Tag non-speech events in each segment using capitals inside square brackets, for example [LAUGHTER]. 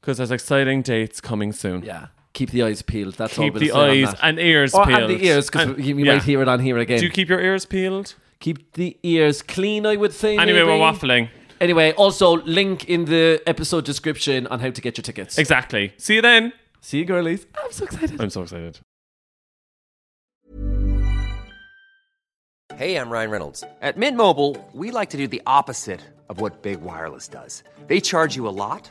because there's exciting dates coming soon. yeah, keep the eyes peeled. That's all Keep we'll the say on eyes that. and ears or peeled. and the ears because And- you, you yeah. might hear it on here again. Do you keep your ears peeled? keep the ears clean, I would say. Anyway, maybe. we're waffling. Anyway, also link in the episode description on how to get your tickets. Exactly. See you then. See you, girlies. I'm so excited. I'm so excited. Hey, I'm Ryan Reynolds. At Mint Mobile, we like to do the opposite of what Big Wireless does. They charge you a lot,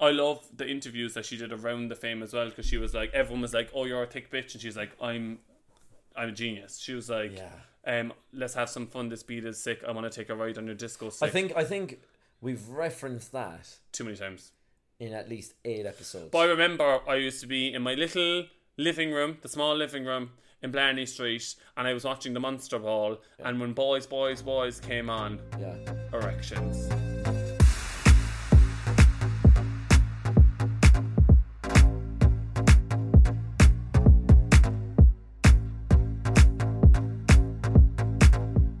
I love the interviews that she did around the fame as well because she was like, everyone was like, "Oh, you're a thick bitch," and she's like, "I'm, I'm a genius." She was like, "Um, let's have some fun. This beat is sick. I want to take a ride on your disco." Sick. I think we've referenced that too many times. in at least eight episodes. But I remember I used to be in my little living room, the small living room in Blarney Street, and I was watching the Monster Ball. And when Boys, Boys, Boys came on, yeah. erections.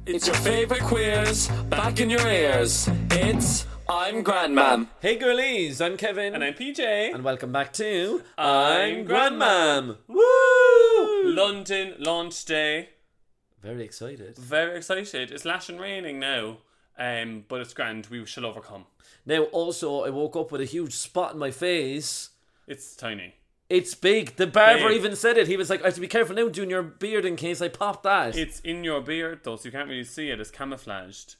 It's your favorite queers back in your ears. It's I'm Grandmam. Hey, girlies. I'm Kevin. And I'm PJ. And welcome back to I'm Grandmam. Grandmam. Woo! London launch day. Very excited. Very excited. It's lash and raining now, um, but it's grand. We shall overcome. Now, also, I woke up with a huge spot in my face. It's tiny. It's big. The barber Big. even said it. He was like, I have to be careful now doing your beard in case I pop that. It's in your beard though, so you can't really see it. It's camouflaged.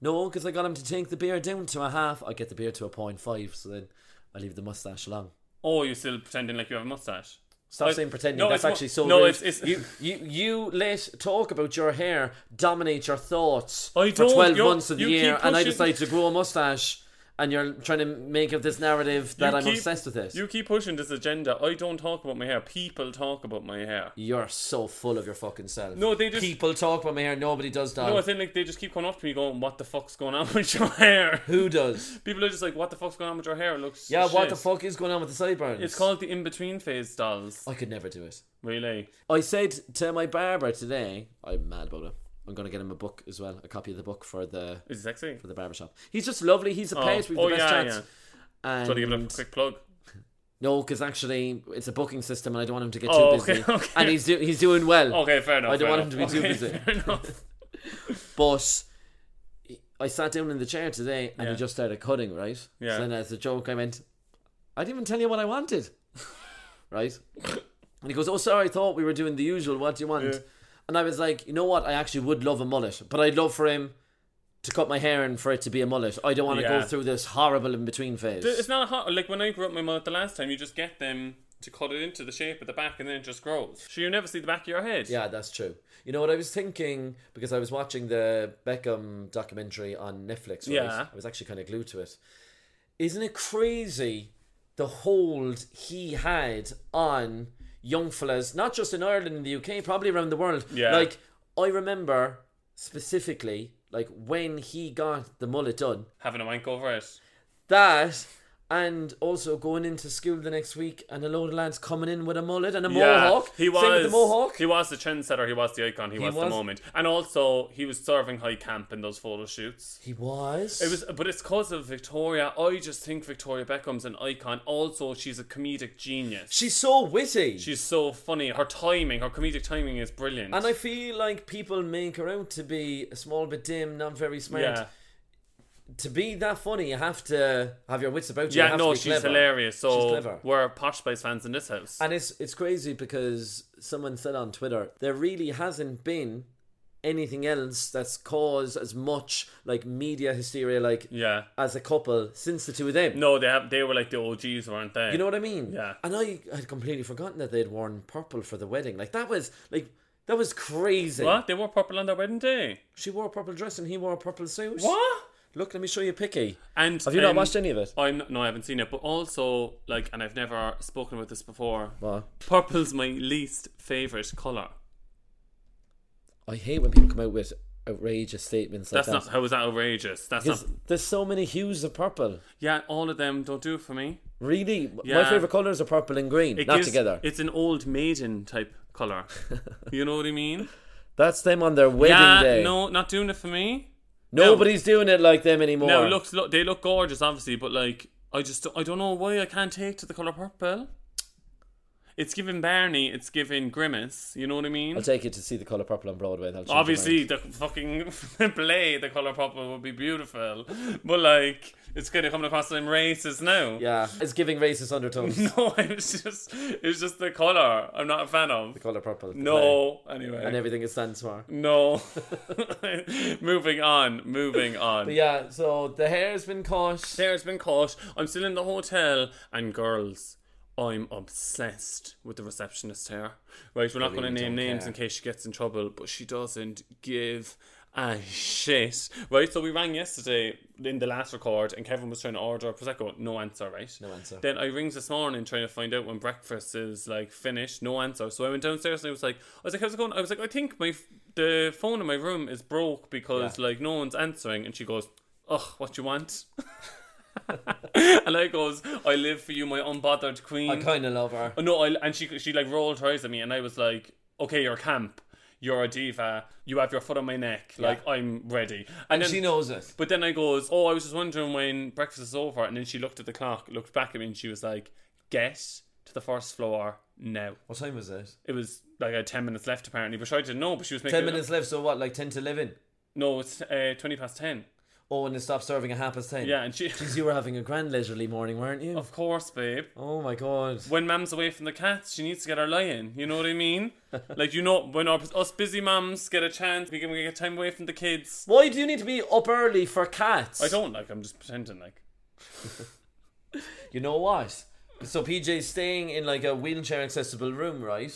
No, because I got him to take the beard down to a half. I get the beard to a point five, so then I leave the mustache alone. Oh, you're still pretending like you have a mustache. Stop I- saying pretending. no, That's it's mo- actually so. no, rude. it's- it's- you, you, you let talk about your hair dominate your thoughts I for don't- twelve you're- months of the you keep year, and I pushing- decide to grow a mustache, and you're trying to make up this narrative that You I'm keep- obsessed with it. You keep pushing this agenda. I don't talk about my hair. People talk about my hair. You're so full of your fucking self. No, they just- people talk about my hair. Nobody does that. No, I think like they just keep coming up to me going, "What the fuck's going on [LAUGHS] with your hair?" Who does? People are just like, "What the fuck's going on with your hair?" It looks Yeah, what shit." the fuck is going on with the sideburns? It's called the in between phase dolls. I could never do it. Really? I said to my barber today, I'm mad about it. I'm gonna get him a book as well, a copy of the book for the Is it sexy? for the barbershop. He's just lovely. He's a Oh, place. We've oh, the best yeah, chats. yeah. And So to give it a quick plug. no, because actually it's a booking system, and I don't want him to get Oh, too busy. okay, [LAUGHS] okay. And he's do- he's doing well. Okay, fair enough. I don't fair want him enough. to be Okay, too busy. [LAUGHS] fair enough. But I sat down in the chair today, and he Yeah. just started cutting. Right. Yeah. So then, as a joke, I went, I didn't even tell you what I wanted. [LAUGHS] right. And he goes, "Oh, sorry, I thought we were doing the usual. What do you want?" And I was like, "You know what? I actually would love a mullet, but I'd love for him." To cut my hair and for it to be a mullet, I don't want to go Yeah. through this horrible in between phase. It's not hot. Like when I grew up my mother the last time, you just get them to cut it into the shape of the back and then it just grows. So you never see the back of your head. Yeah, that's true. You know what I was thinking because I was watching the Beckham documentary on Netflix. Right? Yeah. I was actually kind of glued to it. Isn't it crazy the hold he had on young fellas, not just in Ireland and the UK, probably around the world? Yeah. Like I remember specifically, like when he got the mullet done, Having a wank over it. that And also going into school the next week, and a load of lads coming in with a mullet and a Yeah, mohawk. He was Same with the mohawk. He was the trendsetter. He was the icon. He, was, the was. moment. And also, he was serving high camp in those photo shoots. He was. It was, but it's because of Victoria. I just think Victoria Beckham's an icon. Also, she's a comedic genius. She's so witty. She's so funny. Her timing, her comedic timing is brilliant. and I feel like people make her out to be a small bit dim, not very smart. yeah, To be that funny, you have to have your wits about you. you yeah, have to no, be she's clever. hilarious. So She's clever. we're Posh Spice fans in this house. And it's it's crazy because someone said on Twitter there really hasn't been anything else that's caused as much like media hysteria like yeah, as a couple since the two of them. no, they have, they were like the OGs, weren't they? You know what I mean? Yeah. And I had completely forgotten that they'd worn purple for the wedding. Like that was like that was crazy. what? They wore purple on their wedding day. She wore a purple dress and he wore a purple suit. What? Look, let me show you a picky. And Have you not um, watched any of it? I'm no, I haven't seen it. But also, like, and I've never spoken about this before. What? Purple's my least favorite color. I hate when people come out with outrageous statements like That's that. not how is that outrageous? That's not. 'Cause there's so many hues of purple. Yeah, all of them don't do it for me. Really, my Yeah. favorite colors are purple and green, It not gives- together. It's an old maiden type [LAUGHS] color. you know what I mean? That's them on their wedding yeah, day. no, not doing it for me. Nobody's doing it like them anymore. No, looks look, they look gorgeous, obviously, but like I just I don't know why I can't take to the color purple. It's giving Barney, it's giving Grimace. You know what I mean? I'll take you to see the color purple on Broadway. And I'll change your Obviously, mind. the fucking [LAUGHS] play, the color purple would be beautiful, but like it's kind of coming across them racist now. yeah, it's giving racist undertones. [LAUGHS] No, it's just it's just the color. I'm not a fan of. The color purple. the play, No, anyway. and everything it stands for. no. [LAUGHS] moving on. [LAUGHS] Moving on. But yeah, so the hair's been caught. Sarah's been caught. I'm still in the hotel, and girls, I'm obsessed with the receptionist here. Right, we're not going to name names in case she gets in trouble, but she doesn't give a shit. Right, so we rang yesterday in the last record, and Kevin was trying to order a prosecco. No answer, right? No answer. Then I rings this morning trying to find out when breakfast is like finished. No answer. So I went downstairs and I was like, I was like, how's it going? I was like, I think my f- the phone in my room is broke because like no one's answering, and she goes. Ugh, what you want? And I goes, I live for you, my unbothered queen. I kind of love her. Oh, no, I, and she she like rolled her eyes at me, and I was like, okay, you're camp, you're a diva, you have your foot on my neck, like I'm ready. And, then, She knows it. But then I goes, oh, I was just wondering when breakfast is over, and then she looked at the clock, looked back at me, and she was like, get to the first floor now. What time was it? It was like I had ten minutes left apparently, but I didn't know. But she was making Ten minutes left. So what? Like ten to eleven. No, it's uh, twenty [LAUGHS] past ten. Oh, and it stopped serving at half past ten. Yeah, and she. [LAUGHS] Because you were having a grand leisurely morning, weren't you? Of course, babe. Oh my god. when mam's away from the cats, she needs to get her lion. You know what [LAUGHS] I mean? like you know, when our, us busy mums get a chance, we can we get time away from the kids. Why do you need to be up early for cats? I don't like. I'm just pretending like. You know what? So PJ's staying in like a wheelchair accessible room, right?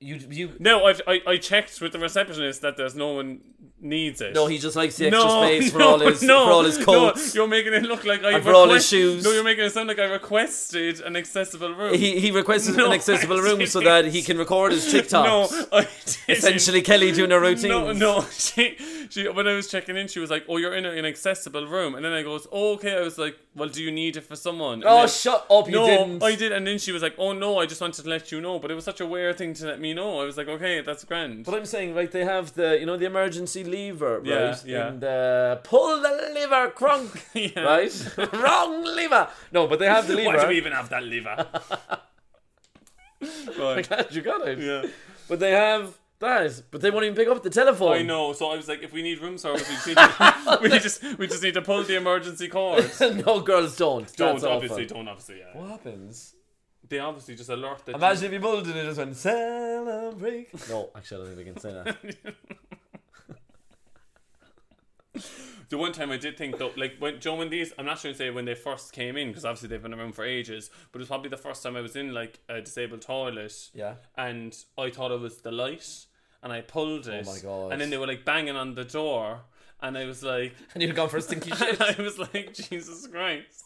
You you No, I've, I I checked with the receptionist that there's no one needs it. no, he just likes the extra [LAUGHS] space for all his no, for all his coats. No, you're making it look like I And for all his request- shoes. No, you're making it sound like I requested an accessible room. he he requested No, an accessible I room so that he can record his TikToks. [LAUGHS] No, I didn't. Essentially, Kelly doing her routine. No, no. [LAUGHS] She, she, when I was checking in, she was like, "Oh, you're in an inaccessible room," and then I goes, "Oh, okay." I was like, "Well, do you need it for someone?" And Oh, then- shut up! You no, didn't. I did, and then she was like, "Oh no, I just wanted to let you know," but it was such a weird thing to let me know. I was like, "Okay, that's grand." But [LAUGHS] I'm saying, like, they have the you know the emergency lever, Yeah, right? yeah. And uh, pull the lever, crunk, [LAUGHS] Yeah. [LAUGHS] right? [LAUGHS] Wrong lever. No, but they have the lever. Why do we even have that [LAUGHS] lever? right. you got it. Yeah. But they have that. But they won't even pick up the telephone. I know. So I was like, if we need room service, we just need to, [LAUGHS] we just we just need to pull the emergency cord. [LAUGHS] no, girls don't. Don't That's obviously, awful. don't obviously. Yeah. What happens? They obviously just alert that. Imagine if you pulled it and it just went celebrate. No, actually, I don't think we can say that. [LAUGHS] The one time I did think though, like when Joe and these, I'm not sure to say when they first came in because obviously they've been around for ages, but it was probably the first time I was in like a disabled toilet. Yeah. And I thought it was the light, and I pulled it. Oh my God. And then they were like banging on the door, and I was like, [LAUGHS] And you'd gone for a stinky shit. and I was like, [LAUGHS] Jesus Christ.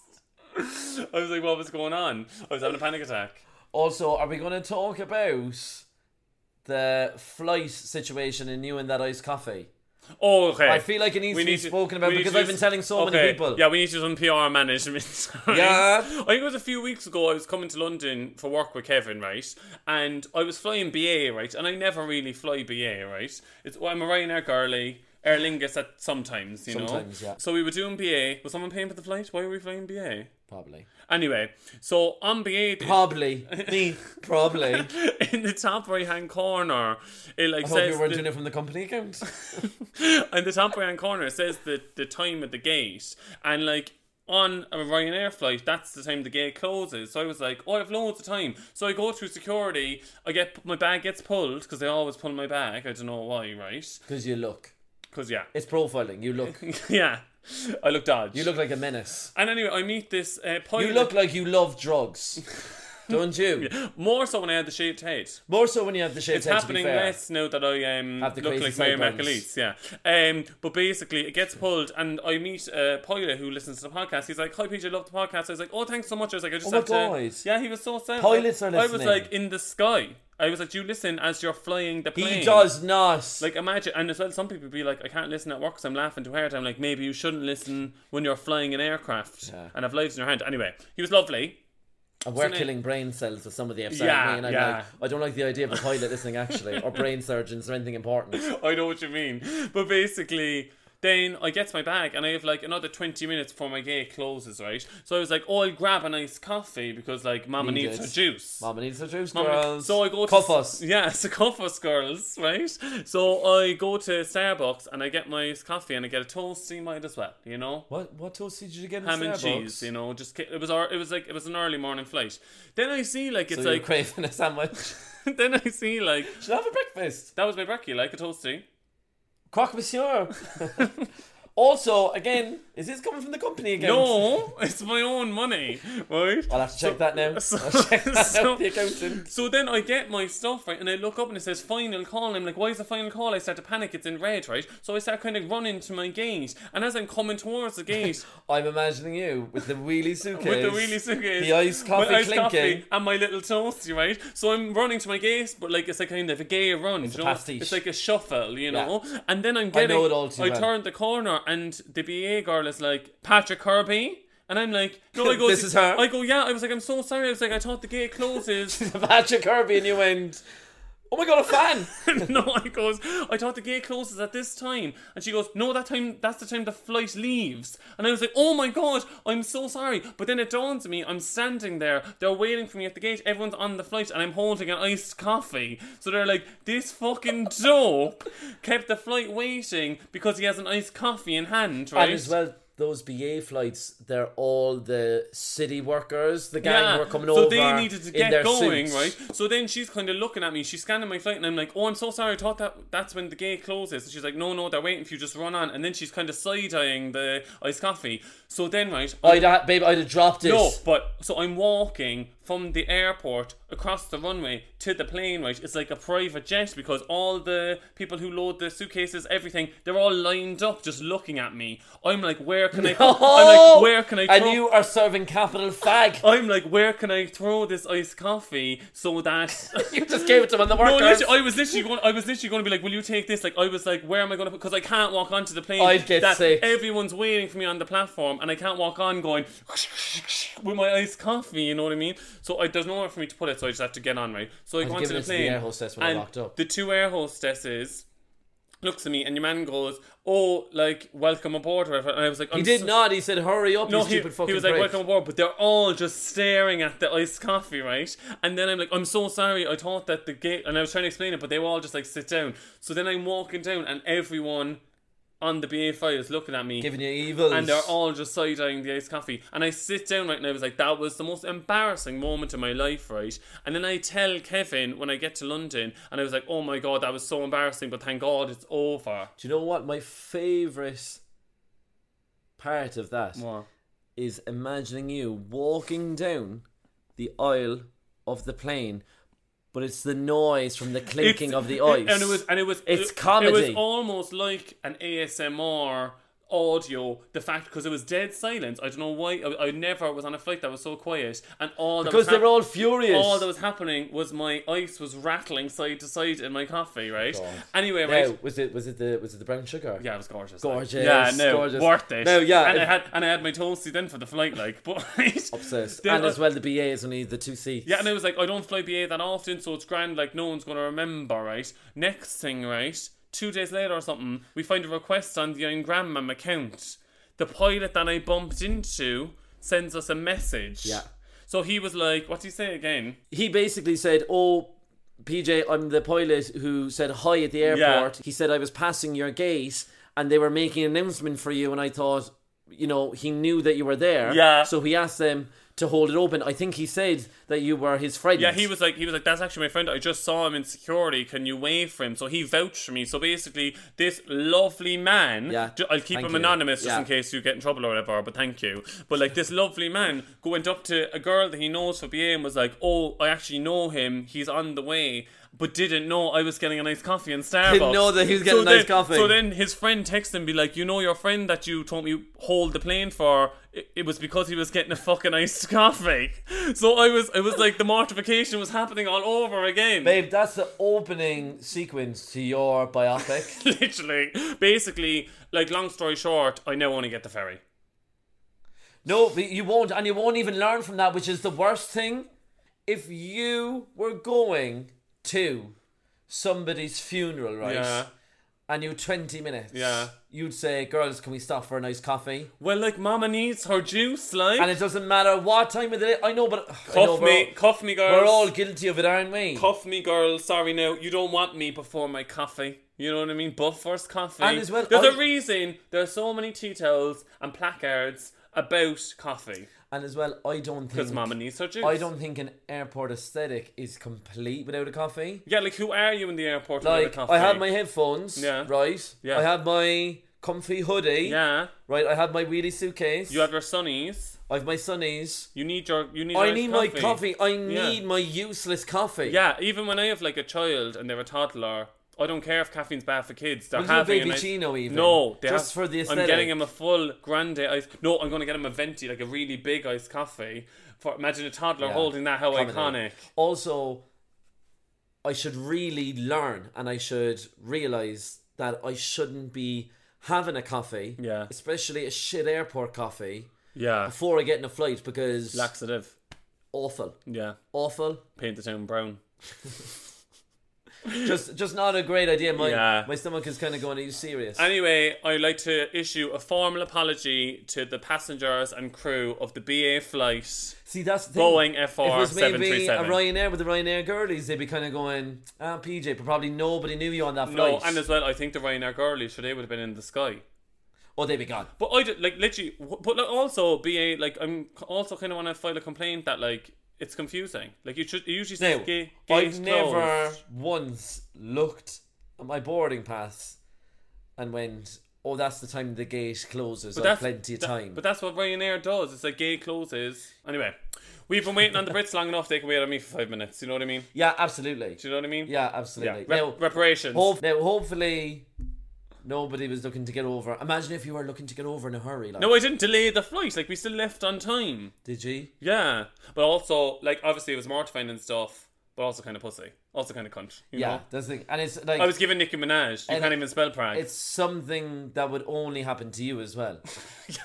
I was like, what was going on? I was having a panic attack. Also, are we going to talk about the flight situation in you and that iced coffee? Oh, okay. I feel like it needs to be spoken about we need because to I've been telling so many okay, people. Yeah, we need to do some PR management. [LAUGHS] sorry. Yeah. I think it was a few weeks ago. I was coming to London for work with Kevin, right? And I was flying BA, right? And I never really fly BA, right? It's well, I'm a Ryanair girly. Aer Lingus at sometimes, you Sometimes, know. yeah. So we were doing BA. Was someone paying for the flight? Why were we flying BA? Probably. Anyway, so on BA, Probably. Me. Probably. I [LAUGHS] in the top right hand corner, it like hope says you weren't the- doing it from the company account. in the top right hand corner it says the, the time at the gate and like on a Ryanair flight, that's the time the gate closes. So I was like, oh, I have loads of time. So I go through security. I get my bag gets pulled because they always pull my bag. I don't know why, right? Because you look. Because yeah, [LAUGHS] It's profiling. You look. yeah, I look dodgy. You look like a [LAUGHS] menace. And anyway, I meet this uh, pilot. You look like you love [LAUGHS] drugs. Don't you? more so when I had the shaved head. More so when you have the shades It's happening less now that I um, Have the look crazy like Mary sideburns. McAleese. Yeah. Um, but basically, it gets pulled, and I meet a pilot who listens to the podcast. He's like, "Hi, PJ, love the podcast." I was like, "Oh, thanks so much." I was like, "I just Oh my have to." God. Yeah, he was so sad. Pilots are I was listening. like in the sky. I was like, "Do you listen as you're flying the plane?" He does not. Like imagine, and as well, some people be like, "I can't listen at work 'cause I'm laughing too hard." I'm like, maybe you shouldn't listen when you're flying an aircraft and have lives in your hand. Anyway, he was lovely. And we're Isn't it- killing brain cells with some of the F's Yeah, me, and I'm yeah. like, I don't like the idea of a pilot listening actually, or brain surgeons or anything important. [LAUGHS] I know what you mean. But basically, then I get to my bag and I have like another 20 minutes before my gate closes, right? So I was like, oh, I'll grab a nice coffee because like mama Need needs it. her juice. Mama needs the juice, Mama- girls. So I go to cuff us. [LAUGHS] Yeah, so cuff us, girls, right? So I go to Starbucks and I get my coffee and I get a toasty might as well, you know? What what toast did you get in Ham Starbucks? and cheese, you know, just ki- it was our, it was like it was an early morning flight. Then I see like So it's you're like [LAUGHS] craving a sandwich. then I see like Should I have a breakfast? that was my brekkie, like a toasty. Croque Monsieur. [LAUGHS] also, again, is this coming from the company again? No, [LAUGHS] it's my own money, right? I'll have to check that now. [LAUGHS] [LAUGHS] So, I'll check that out so- with the accountant. so then I get my stuff right, and I look up and it says final call. And I'm like, why is the final call? I start to panic. It's in red, right? So I start kind of running to my gate, and as I'm coming towards the gate I'm imagining you with the wheelie suitcase. [LAUGHS] with the wheelie suitcase, The iced coffee my iced clinking. coffee and my little toasty, right? So I'm running to my gate, but like it's a kind of a gay run. It's, you a know? pastiche. it's like a shuffle, you know. And then I'm getting, know it all too I well. turned the corner, and the BA girl is like Patrick Kirby. And I'm like, no, [LAUGHS] I go. This is her. I go, yeah. I was like, I'm so sorry. I was like, I thought the gate [LAUGHS] closes. Patrick Kirby and you went, oh my god, a [LAUGHS] fan! no, I goes, I thought the gate closes at this time. And she goes, No, that time that's the time the flight leaves. And I was like, Oh my god, I'm so sorry. But then it dawns on me, I'm standing there, they're waiting for me at the gate, everyone's on the flight, and I'm holding an iced coffee. So they're like, This fucking [LAUGHS] dope kept the flight waiting because he has an iced coffee in hand, right? And as well, those BA flights, they're all the city workers, the gang who are coming so over. they needed to in their get going, suits. right? So then she's kind of looking at me. She's scanning my flight, and I'm like, "Oh, I'm so sorry. I thought that that's when the gate closes." And she's like, "No, no, they're waiting for you. Just run on." And then she's kind of side eyeing the iced coffee. So then, right? I'm- I'd have, babe, I'd have dropped it. [LAUGHS] no, but so I'm walking from the airport across the runway to the plane, right? It's like a private jet because all the people who load the suitcases, everything, they're all lined up just looking at me. I'm like, where can [LAUGHS] I? I'm like, where can Oh! I? And throw- Oh. you are serving capital [LAUGHS] fag. I'm like, where can I throw this iced coffee so that [LAUGHS] [LAUGHS] you [LAUGHS] just gave it to them on the No, workers. literally, I was literally going. I was literally going to be like, "Will you take this?" Like, I was like, "Where am I going to?" Because I can't walk onto the plane. I'd get that sick. Everyone's waiting for me on the platform, and I can't walk on going [LAUGHS] with my iced coffee. You know what I mean? So I, there's nowhere for me to put it. So I just have to get on right. So I go onto given the it to the plane. air hostess when I and locked up. The two air hostesses looks at me, and your man goes, "Oh, like welcome aboard." Or whatever. And I was like, I'm he did so- not. He said, hurry up, no, you he, stupid fucking he was like, prick. welcome aboard, but they're all just staring at the iced coffee, right? And then I'm like, I'm so sorry, I thought that the gate, and I was trying to explain it, but they were all just like, sit down. So then I'm walking down, and everyone on the BA file is looking at me. Giving you evils. and they're all just side eyeing the iced coffee. And I sit down right now. I was like, that was the most embarrassing moment of my life, right? And then I tell Kevin when I get to London, and I was like, oh my god, that was so embarrassing, but thank God it's over. Do you know what? My favourite part of that is What? imagining you walking down the aisle of the plane, but it's the noise from the clinking [LAUGHS] It's- of the ice. it- and it was and it was It's it, comedy. It was almost like an ASMR audio, the fact because it was dead silence. I don't know why. I, I never was on a flight that was so quiet, and all that Because was they were all hap- furious. All that was happening was my ice was rattling side to side in my coffee. Right. God. anyway, Now, right. was it was it the was it the brown sugar? Yeah, it was gorgeous. Gorgeous, Like, yeah, no, gorgeous. worth it. No, yeah, and I if- had and I had my toasty then for the flight, like, [LAUGHS] but [LAUGHS] Obsessed. Then and I- as well, the BA is only the two seats. Yeah, and I was like, I don't fly BA that often, so it's grand. Like no one's gonna remember, right? Next thing, right? Two days later or something, we find a request on the Ingramam account. The pilot that I bumped into sends us a message. Yeah. So he was like, "What do you say again?" he basically said, "Oh, PJ, I'm the pilot who said hi at the Yeah. airport." He said I was passing your gate and they were making an announcement for you, and I thought, you know, he knew that you were there. Yeah. So he asked them to hold it open. I think he said that you were his friend. Yeah, he was like, he was like, that's actually my friend. I just saw him in security. Can you wave for him? So he vouched for me. So basically, this lovely man. Yeah, ju- I'll keep thank him you. anonymous just Yeah. in case you get in trouble or whatever. But thank you. But like this lovely man go- went up to a girl that he knows for BA and was like, oh, I actually know him. He's on the way. But didn't know I was getting a nice coffee in Starbucks. know that he was getting a nice then, coffee. So then his friend texted him, be like, you know your friend that you told me hold the plane for. It, it was because he was getting a fucking iced [LAUGHS] coffee. So I was, it was like the mortification was happening all over again. Babe, that's the opening sequence to your [LAUGHS] biopic. [LAUGHS] Literally, basically, like long story short, I now only get the ferry. no, but you won't, and you won't even learn from that, which is the worst thing. If you were going to somebody's funeral, right? Yeah. and you 20 minutes, Yeah. you'd say, Girls, can we stop for a nice coffee? Well, like Mama needs her juice, like. And it doesn't matter what time of the day. I know, but. Cuff cuff me, cuff me, girls. We're all guilty of it, aren't we? cuff me, girls. Sorry, no, you don't want me before my coffee. You know what I mean? But first coffee. And as well, there's a I- reason there's so many tea towels and placards about coffee And as well, I don't think. because Mama needs her juice. Mm. I don't think an airport aesthetic is complete without a coffee. Yeah, like who are you in the airport? without a Like, coffee? I have my headphones, Yeah. right? Yeah. I have my comfy hoodie, Yeah, right? I have my wheelie suitcase. you have your sunnies. I have my sunnies. You need your. You need. I your need coffee. my coffee. I Yeah. need my useless coffee. Yeah, even when I have like a child and they're a toddler, I don't care if caffeine's bad for kids. They're We'll do a having a baby nice- chino even, No, they just have- for the I'm aesthetic. getting him a full grande ice. No, I'm going to get him a venti, like a really big iced coffee. For imagine a toddler Yeah. holding that. How Comedy. iconic! Also, I should really learn and I should realize that I shouldn't be having a coffee, Yeah. especially a shit airport coffee, Yeah, before I get in a flight because laxative. awful, Yeah, awful. paint the town brown. just, just not a great idea. My, Yeah. my stomach is kind of going. Are you serious? Anyway, I'd like to issue a formal apology to the passengers and crew of the BA flight. See, that's the thing. Boeing If it was maybe a 737. Ryanair with the Ryanair girlies, they'd be kind of going, ah, PJ, but probably nobody knew you on that No, flight. and as well, I think the Ryanair girlies today would have been in the sky. or they'd be gone. But I did, like literally. wh- But like, also, BA like I'm c- also kind of want to file a complaint that like it's confusing. Like you should it usually say Now, gate, gate I've never closed. once looked at my boarding pass and went, "Oh, that's the time the gate closes. I've plenty of that- time." but that's what Ryanair does. It's like gate closes. Anyway, we've been waiting on the Brits long enough. They can wait on me for five minutes. You know what I mean? yeah, absolutely. Do you know what I mean? Yeah, absolutely. Rep- now, reparations. hope- now, hopefully, nobody was looking to get over. Imagine if you were looking to get over in a hurry. Like, no, I didn't delay the flight. Like we still left on time. did you? Yeah, but also like obviously it was mortifying and stuff, but also kind of pussy, also kind of cunt. You yeah, know? that's the thing. And it's like I was giving Nicki Minaj. You And can't it- even spell Prague. it's something that would only happen to you as [LAUGHS] well. [LAUGHS]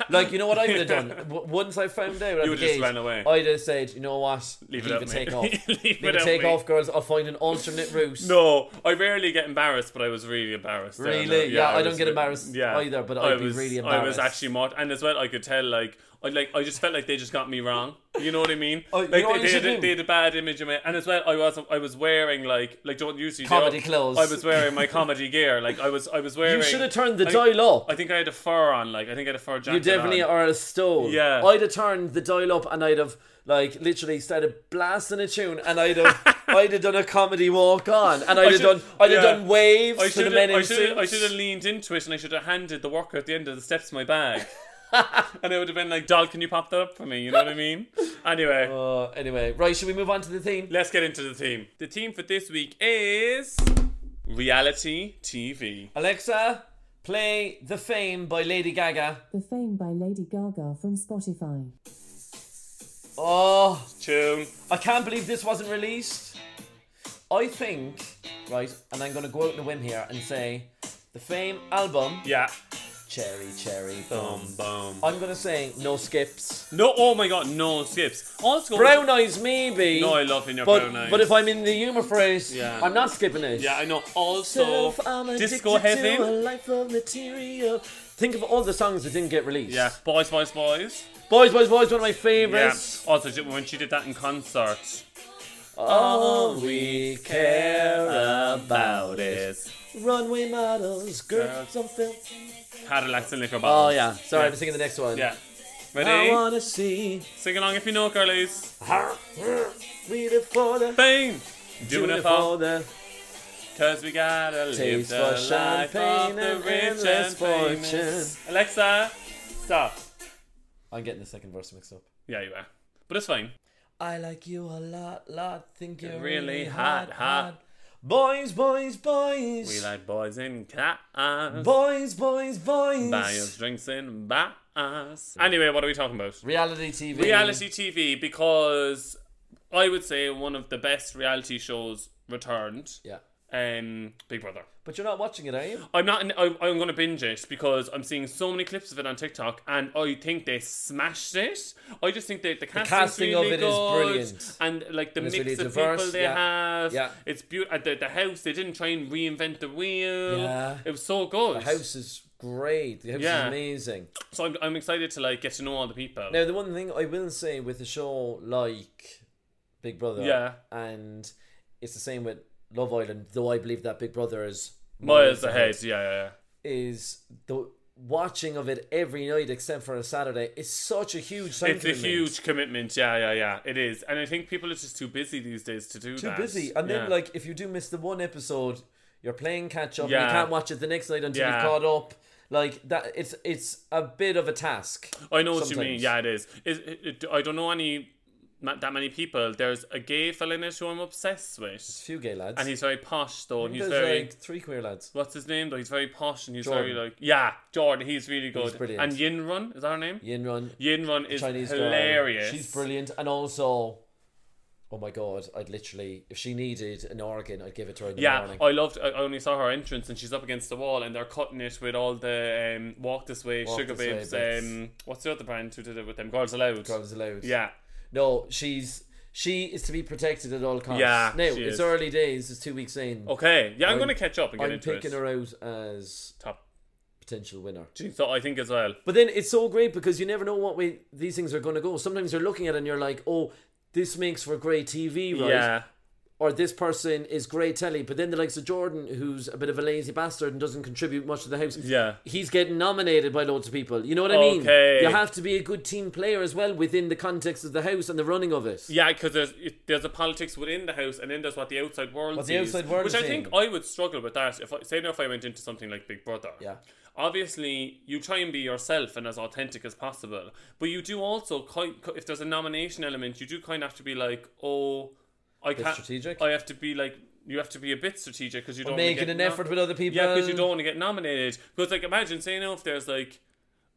Like, you know what I would have done? W- Once I found out, You would've just ran away. I'd have said, you know what? Leave it Leave at a me. [LAUGHS] take off. Leave Leave, it a at take me. off, girls. I'll find an [LAUGHS] alternate route. No, I rarely get embarrassed, but I was really embarrassed. there. Really? Yeah, I don't was get re- embarrassed either, but I'd be really I was embarrassed. actually mocked, and as well, I could tell like. I like I just felt like they just got me wrong. You know what I mean? Oh, you like know what they, you they, should had a, do? they had a bad image of me, and as well, I was I was wearing like like don't usually do- Comedy clothes. I was wearing my comedy gear. Like I was I was wearing. You should have turned the I- dial up. I think I had a fur on. Like I think I had a fur jacket. you definitely on. are a stone. Yeah. I'd have turned the dial up and I'd have, like, literally started blasting a tune and I'd have. [LAUGHS] I'd have done a comedy walk on, and I'd have should- done. I'd have yeah. done waves I to the should men have. in I should have. I suits. should have leaned into it, and I should have handed the worker at the end of the steps [LAUGHS] my bag, and I would have been like, "Doll, can you pop that up for me?" You know what I mean? [LAUGHS] Anyway, Uh, anyway, right? Should we move on to the theme? let's get into the theme. The theme for this week is reality TV. Alexa, Play The Fame by Lady Gaga. The Fame by Lady Gaga from Spotify. Oh, Tune. I can't believe this wasn't released. I think, right, and I'm going to go out on a whim here and say The Fame album, Yeah. Cherry Cherry Boom, Bomb. boom. I'm going to say No Skips. No, oh my god, no skips. Also, Brown Eyes, maybe. No, I love in your but, brown eyes. But if I'm in the humour phrase, Yeah. I'm not skipping it. Yeah, I know. Also, Self, I'm addicted to disco a heaven. life of material. Think of all the songs that didn't get released. Yeah, boys, boys, boys. Boys, Boys, Boys, one of my Yeah. favourites. Also, she- when she did that in concert, All we care about is runway models, girls on film. Cadillacs and liquor Oh, bottles. yeah. Sorry, I'm singing the next one. Yeah. I Ready? want to see. Sing along if you know, girlies. We live for the. Bang! Doing it for for the Cause we gotta live Taste the for life of champagne the and rich endless and famous. Alexa, stop. I'm getting the second verse mixed up. Yeah, you are. But it's fine. I like you a lot, lot. Think you're really really hot, hot, hot. hot. Boys, boys, boys. We like boys in cars. Boys, boys, boys. Buy us drinks in bars. Anyway, what are we talking about? Reality TV. Reality TV, because I would say one of the best reality shows returned. Yeah. Um, Big Brother. But you're not watching it, are you? I'm not. In, I, I'm going to binge it because I'm seeing so many clips of it on TikTok, and I think they smashed it. I just think that the casting, casting of really it is good, brilliant. and like the And it's mix really of diverse, people they yeah. have. Yeah. it's beautiful. The, the house they didn't try and reinvent the wheel. Yeah. it was so good. The house is great. The house Yeah. is amazing. So I'm, I'm excited to like get to know all the people. Now, the one thing I will say with a show like Big Brother, Yeah. and it's the same with Love Island, though I believe that Big Brother is Miles ahead. Yeah, yeah, yeah. is the watching of it every night except for a Saturday is such a huge time It's a commitment. huge commitment. Yeah, yeah, yeah. It is, and I think people are just too busy these days to do too that. busy. And then Yeah. like if you do miss the one episode, you're playing catch up Yeah. and you can't watch it the next night until Yeah. you've caught up. Like that it's it's a bit of a task. I know what you mean. sometimes. Yeah, it is. Is it, it, I don't know any ma- that many people. There's a gay fella in it who I'm It's obsessed with, few gay lads. and he's very posh though. And he's There's very like three queer lads. what's his name though? He's very posh and he's very Jordan. like yeah, Jordan. He's really good. brilliant. And Yin Run is that her name? Yin Run. Yin Run is Chinese girl. hilarious. She's brilliant, and also, oh my god, I'd literally, if she needed an organ, I'd give it to her in the Yeah, Oh, morning. I loved. I I only saw her entrance, and she's up against the wall, and they're cutting it with all the um, "Walk This Way" Walk Sugar This Way Babes. bits. um, what's the other brand who did it with them? Girls Aloud. Girls Aloud. Yeah, No, she's she is to be protected at all costs. Yeah, Now she it's is. early days. It's two weeks in. okay. Yeah, I'm, I'm- gonna catch up and get I'm into picking it. her out as Top. potential winner. So I think as well. But then it's so great because you never know what way these things are going to go. Sometimes you're looking at it and you're like, oh, this makes for great TV, right? Yeah, Or this person is great telly. But then the likes of Jordan, who's a bit of a lazy bastard and doesn't contribute much to the house, Yeah. he's getting nominated by loads of people. You know what I mean? Okay. You have to be a good team player as well within the context of the house and the running of it. yeah, because there's it- there's a politics within the house, and then there's what the outside world. What the sees, outside world which is I think seeing. I would struggle with that. If I, say now if I went into something like Big Brother, Yeah. obviously you try and be yourself and as authentic as possible, but you do also kind, if there's a nomination element, you do kind of have to be like, oh, I can't. strategic? I have to be like. You have to be a bit strategic because you don't wanna making get an effort with other Yeah, because you people. don't want to get nominated. Because like, imagine saying now if there's like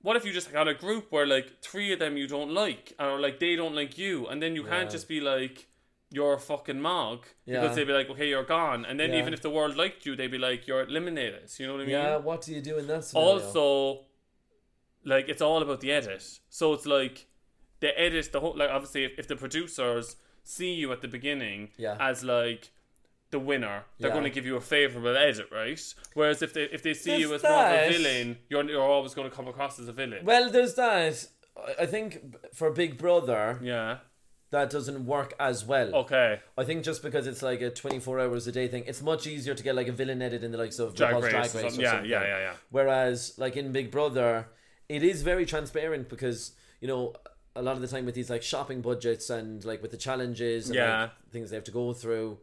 what if you just got a group where like three of them you don't like or like they don't like you and then you can't just be like you're a fucking mog Yeah. because they'd be like okay you're gone and then Yeah. even if the world liked you they'd be like you're eliminated you know what I mean Yeah, what do you do in that scenario? also like it's all about the edit so it's like the edit the whole like obviously if, if the producers see you at the beginning Yeah. as like the winner they're Yeah. going to give you a favorable edit right whereas if they if they see There's you as more of a that. villain you're, you're always going to come across as a villain well, there's that. I- I think for Big Brother, yeah Oh. that doesn't work as well. okay I think just because it's like a 24 hours a day thing, it's much easier to get like a villain edit in the likes of Drag RuPaul's Race Drag or Race or something. something. Yeah, yeah, yeah, yeah. Whereas like in Big Brother, it is very transparent because you know a lot of the time with these like shopping budgets and like with the challenges and Yeah. like, things they have to go through,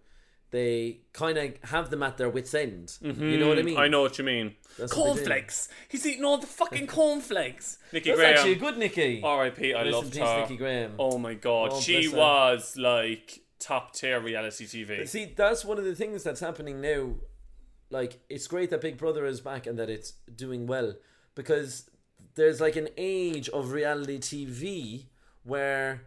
they kind of have them at their wits end. You know what I mean? Mm-hmm. I know what you mean. what they do. cornflakes. He's eating all the fucking cornflakes. Nicky That's Graham. actually a good Nikki. R.I.P. I Rest in loved peace, her. Nicky Graham. Oh my god, Oh, she bless her. was like top tier reality TV. See, that's one of the things that's happening now like it's great that Big Brother is back and that it's doing well because there's like an age of reality TV where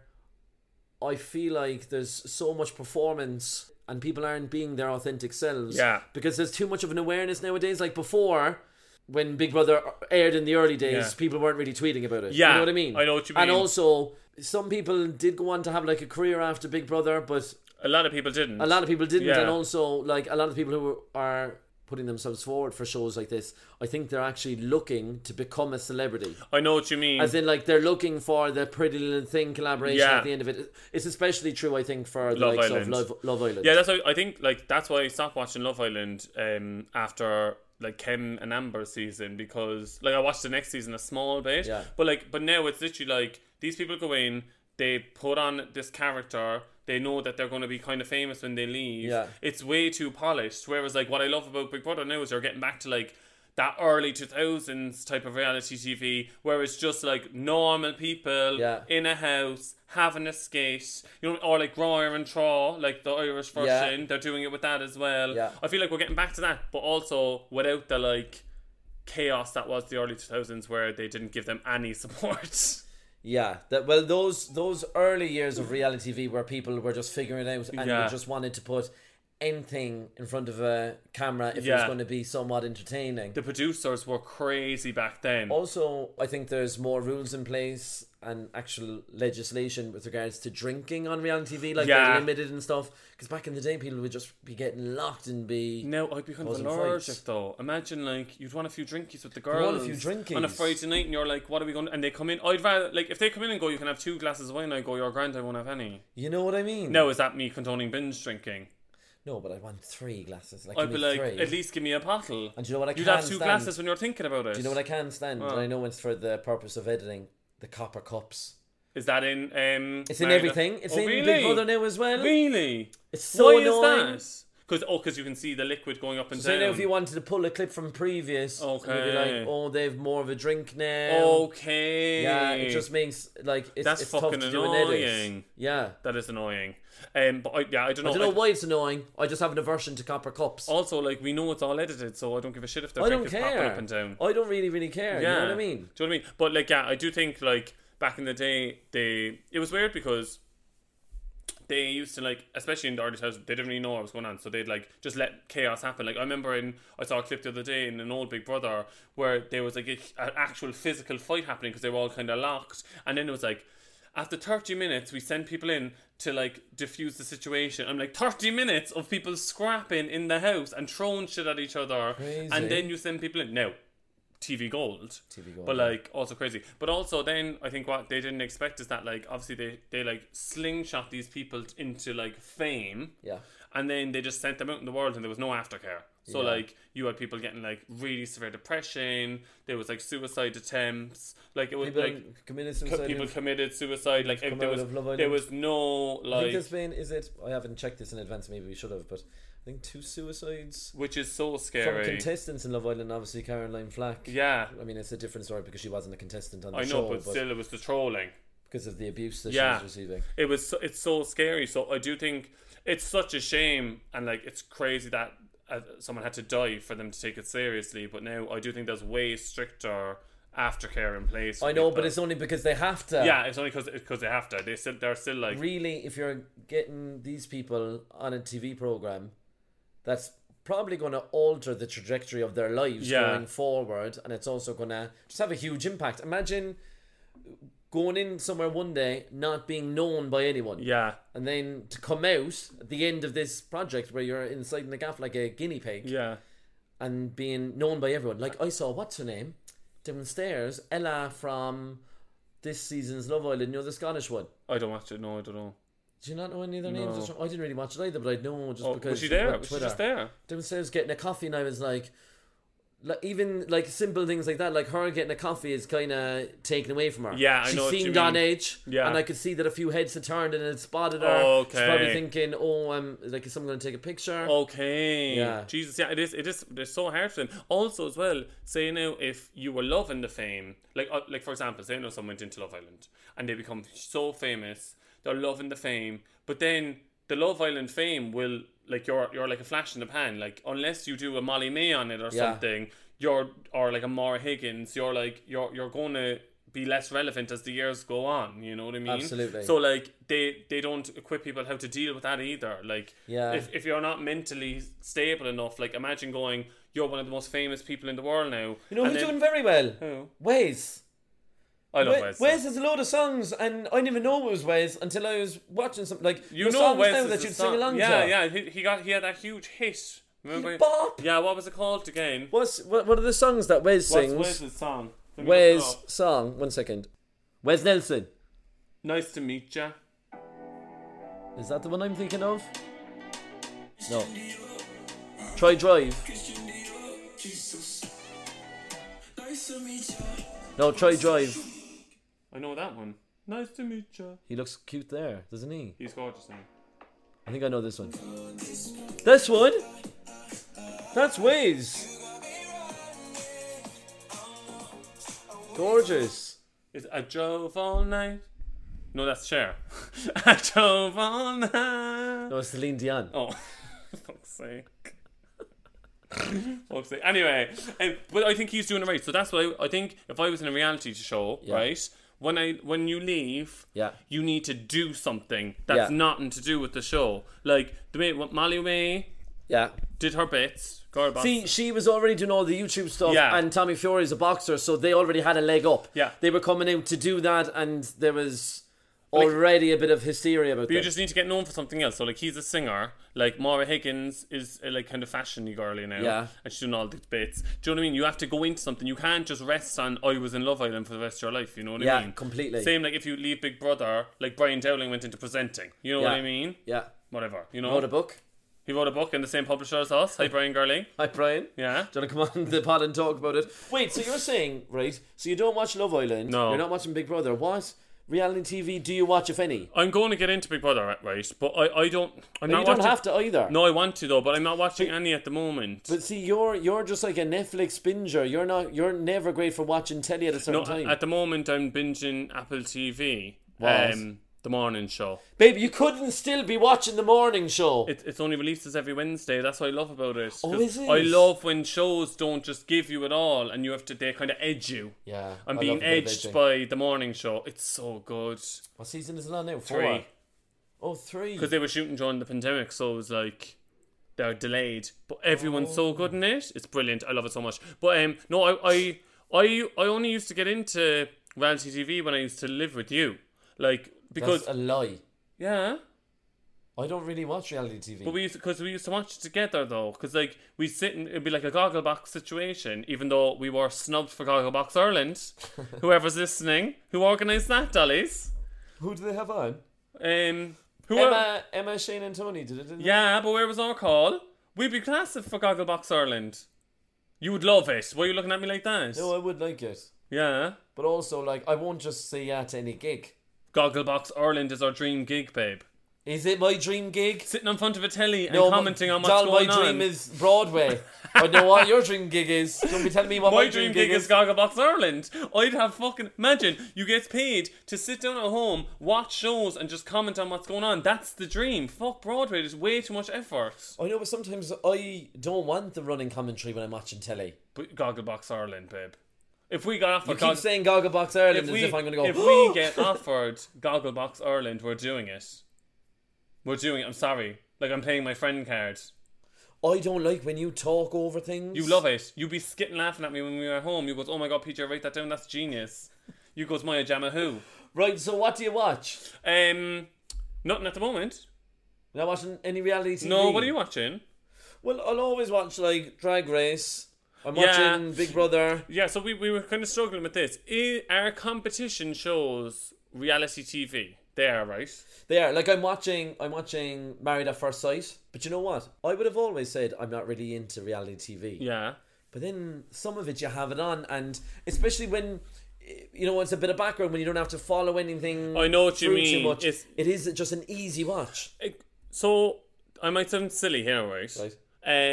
I feel like there's so much performance and people aren't being their authentic selves. Yeah. Because there's too much of an awareness nowadays. Like before, when Big Brother aired in the early days, Yeah. people weren't really tweeting about it. You Yeah, know what I mean? I know what you And mean. also, some people did go on to have like a career after Big Brother, but A lot of people didn't. a lot of people didn't, Yeah. and also like a lot of people who are putting themselves forward for shows like this, I think they're actually looking to become a celebrity. I know what you mean. As in, like they're looking for the Pretty Little Thing collaboration Yeah. at the end of it. It's especially true, I think, for the Love likes of Island. Love, Love Island. yeah, that's why I think like that's why I stopped watching Love Island um after like Kem and Amber season because like I watched the next season a small bit. Yeah. But like but now it's literally like these people go in, they put on this character, they know that they're gonna be kind of famous when they leave. Yeah. It's way too polished. Whereas like what I love about Big Brother now is you're getting back to like that early 2000s type of reality TV where it's just like normal people Yeah. in a house having a skate, you know, or like Roar and Traw, like the Irish Yeah. version. They're doing it with that as well. Yeah. I feel like we're getting back to that, but also without the like chaos that was the early 2000s where they didn't give them any [LAUGHS] support. Yeah, that well, those those early years of reality TV where people were just figuring it out and Yeah. they just wanted to put anything in front of a camera if it was Yeah. going to be somewhat entertaining. the producers were crazy back then. Also, I think there's more rules in place and actual legislation with regards to drinking on reality TV, like Yeah. they're limited and stuff. Because back in the day, people would just be getting locked and be Now I'd be kind of Causing allergic fights. though. Imagine like you'd want a few drinkies with the want a girls few drinkies. on a Friday night, and you're like, "What are we going?" to... And they come in. I'd rather like if they come in and go, "You can have two glasses of wine." I go, "Your grand, I won't have any." You know what I mean? Now is that me condoning binge drinking? no, but I want three glasses. Like, I'd be like, three. "At least give me a bottle." And do you know what I You'd can have two stand? glasses when you're thinking about it. Do you know what I can stand? And I know it's for the purpose of editing the copper cups. Is that in? Um, It's in Married- everything. It's Oh, in really? Big Brother now as well. Really? It's so Why annoying. is that? Because oh, because you can see the liquid going up and So now, down. if you wanted to pull a clip from previous, okay, you'd be like, Okay. Oh, oh, they've more of a drink now. okay. um, Yeah, it just makes like it's, That's it's fucking tough to do an edit. annoying. Yeah. That is annoying. Um, but I, yeah, I don't know. I don't know like- why it's annoying. I just have an aversion to copper cups. Also, like we know it's all edited, so I don't give a shit if they're I don't popping care. up and down. I don't really, really care. You know what I mean? Do you know what I mean? But like, yeah, I do think like back in the day, they it was weird because they used to like, especially in the artist house, they didn't really know what was going on, so they'd like just let chaos happen. Like I remember in I saw a clip the other day in an old Big Brother where there was like a, an actual physical fight happening because they were all kind of locked, and then it was like. After 30 minutes, we send people in to like diffuse the situation. I'm like 30 minutes of people scrapping in the house and throwing shit at each other, Crazy. and then you send people in. No, TV Gold. TV Gold. But like also crazy. But also then I think what they didn't expect is that like obviously they they like slingshot these people t- into like fame. Yeah. And then they just sent them out in the world and there was no aftercare. So like you had people getting like really severe depression. There was like suicide attempts. Like it was People like. committed co- suicide. People who've- committed suicide. Like if come there out was, of Love there Island. was no I think like, there's been. Is it? I haven't checked this in advance. Maybe we should have. But I think two suicides which is so from scary. contestants in Love Island. Obviously, Caroline Flack. yeah, I mean, it's a different story because she wasn't a contestant on the I know, show, but still, it was the trolling. because of the abuse that Yeah. she was receiving. it was so- it's so scary so i do think it's such a shame and like it's crazy that uh, someone had to die for them to take it seriously but now i do think there's way stricter aftercare in place for I know, but people. it's only because they have to. yeah it's only because they have to they still they're still like really, if you're getting these people on a TV program, that's probably going to alter the trajectory of their lives Yeah. going forward, and it's also going to just have a huge impact. Imagine going in somewhere one day, not being known by anyone, yeah and then to come out at the end of this project where you're inside in the gaff like a guinea pig yeah and being known by everyone. Like I saw what's her name downstairs, Ella from this season's Love Island, you know the Scottish one. i don't watch it no i don't know Do you not know any of their names? No. or something? I didn't really watch it either, but I know just oh, because was she there of was she Twitter. just there Downstairs getting a coffee, and I was like, like even like simple things like that, like her getting a coffee is kind of taken away from her. Yeah, I she know what you seemed on mean. edge. Yeah. and I could see that a few heads had turned and had spotted her. She's probably Okay. Oh, thinking, oh, I'm like, is someone going to take a picture? Okay. Yeah. Jesus, yeah, it is. It is. They're so hard for them. Also, as well, say now if you were loving the fame, like uh, like for example, say now someone went into Love Island and they become so famous, they're loving the fame, but then the Love Island fame will like you're you're like a flash in the pan. Like unless you do a Molly May on it or Yeah. something, you're or like a Maura Higgins, you're like you're you're gonna be less relevant as the years go on. You know what I mean? Absolutely. So like they they don't equip people how to deal with that either. Like Yeah. if if you're not mentally stable enough, like imagine going, you're one of the most famous people in the world now. You know and who's then- doing very well? Who? Waze. I love Wa- Wes. Waze has a load of songs, and I didn't even know it was Waze until I was watching something. Like You there's know songs Wes now is that a you'd song- sing along yeah, to. Yeah, He, he got he had that huge hit. Remember? Bop. Yeah, what was it called again? What's what, what are the songs that Wes What's sings? Wes's song? Let me look it Wes up. song. One second. Wes Nelson. Nice to meet ya. Is that the one I'm thinking of? No. Try Drive. No, Try Drive. I know that one. Nice to meet ya. He looks cute there, doesn't he? He's gorgeous now. I think I know this one. This one? That's Waze. Gorgeous. It's I drove all night. No, that's Cher. [LAUGHS] I drove all night. No, it's Celine Dion. Oh, [LAUGHS] fuck's sake. fuck's sake. Anyway, um, but I think he's doing it right. So that's why I, I think if I was in a reality show, right, when I when you leave, Yeah. you need to do something that's Yeah. nothing to do with the show. Like the way what Molly May Yeah. did her bits, Gorbach. See, she was already doing all the YouTube stuff, Yeah. and Tommy Fury is a boxer, so they already had a leg up. Yeah. They were coming out to do that, and there was already a bit of hysteria about But you them. just need to get known for something else. So like he's a singer. Like Maura Higgins is uh, like kind of fashiony girly now. Yeah. And she's doing all the bits. Do you know what I mean? You have to go into something. You can't just rest on I was in Love Island for the rest of your life. You know what I Yeah, mean? completely. Same like if you leave Big Brother, like Brian Dowling went into presenting. You know what Yeah. I mean? Yeah. Whatever. You know Wrote a book. he wrote a book in the same publisher as us. Hi Brian Gurley. Hi, Brian. Yeah. Do you want to come on the pod and talk about it? Wait, so you're saying, right, so you don't watch Love Island. No. You're not watching Big Brother. What reality TV do you watch, if any? I'm going to get into Big Brother, right? But I, I don't. I'm No, not you don't watching- have to either. No, I want to though, but I'm not watching any at the moment. But see, you're you're just like a Netflix binger. You're not. You're never great for watching telly at a certain No, time. at the moment I'm binging Apple TV. What? Um, the morning show. Babe, you couldn't still be watching the morning show. It, it's only releases every Wednesday. That's what I love about it. 'cause Oh, is it? I love when shows don't just give you it all, and you have to they kind of edge you. Yeah, I love a I'm being bit of edged edging. by the morning show. It's so good. what season is it on now? Four. Three, Oh, three. because they were shooting during the pandemic, so it was like they're delayed. But everyone's so good in it. It's brilliant. I love it so much. But um, no, I I I, I only used to get into reality TV when I used to live with you, like because That's a lie. yeah. I don't really watch reality TV. But we used because we used to watch it together though, because like we would sit and it'd be like a goggle box situation, even though we were snubbed for goggle [LAUGHS] box Ireland. Whoever's listening, who organised that, Dollies? Who do they have on? Um, who? Emma, Emma, Shane, and Tony did it. Didn't they? Yeah, but where was our call? We'd be classic for goggle box Ireland. You would love it. Why are you looking at me like that? No, I would like it, yeah. but also like I won't just say yeah to any gig. Gogglebox Ireland is our dream gig, babe. Is it my dream gig? Sitting in front of a telly and No, my- commenting on what's Dal, going my on. dream is Broadway. [LAUGHS] I know what your dream gig is. Don't be telling me what my dream gig is Gogglebox Ireland. I'd have fucking imagine you get paid to sit down at home, watch shows, and just comment on what's going on. That's the dream. Fuck Broadway. There's way too much effort. I know, but sometimes I don't want the running commentary when I'm watching telly. But Gogglebox Ireland, babe. If we got You offered, keep saying Gogglebox Ireland as if I'm going to go. if [GASPS] [LAUGHS] we get offered Gogglebox Ireland, we're doing it. We're doing it. I'm sorry. Like I'm playing my friend card. I don't like when you talk over things. You love it. You'd be skitting laughing at me when we were at home. You goes, oh my god, PJ, write that down. That's genius. You goes, Maya Jama who? right? So what do you watch? Um, nothing at the moment. You're not watching any reality TV? No, what are you watching? Well, I'll always watch like Drag Race. I'm Yeah. watching Big Brother. Yeah, so we, we were kind of struggling with this. I, our competition shows reality TV. They are right. There, like I'm watching, I'm watching Married at First Sight. But you know what? I would have always said I'm not really into reality TV. Yeah. But then some of it you have it on, and especially when eh, you know it's a bit of background when you don't have to follow anything. I know what you through mean. Too much. It's- It is just an easy watch. I- So I might sound silly here, right? Right.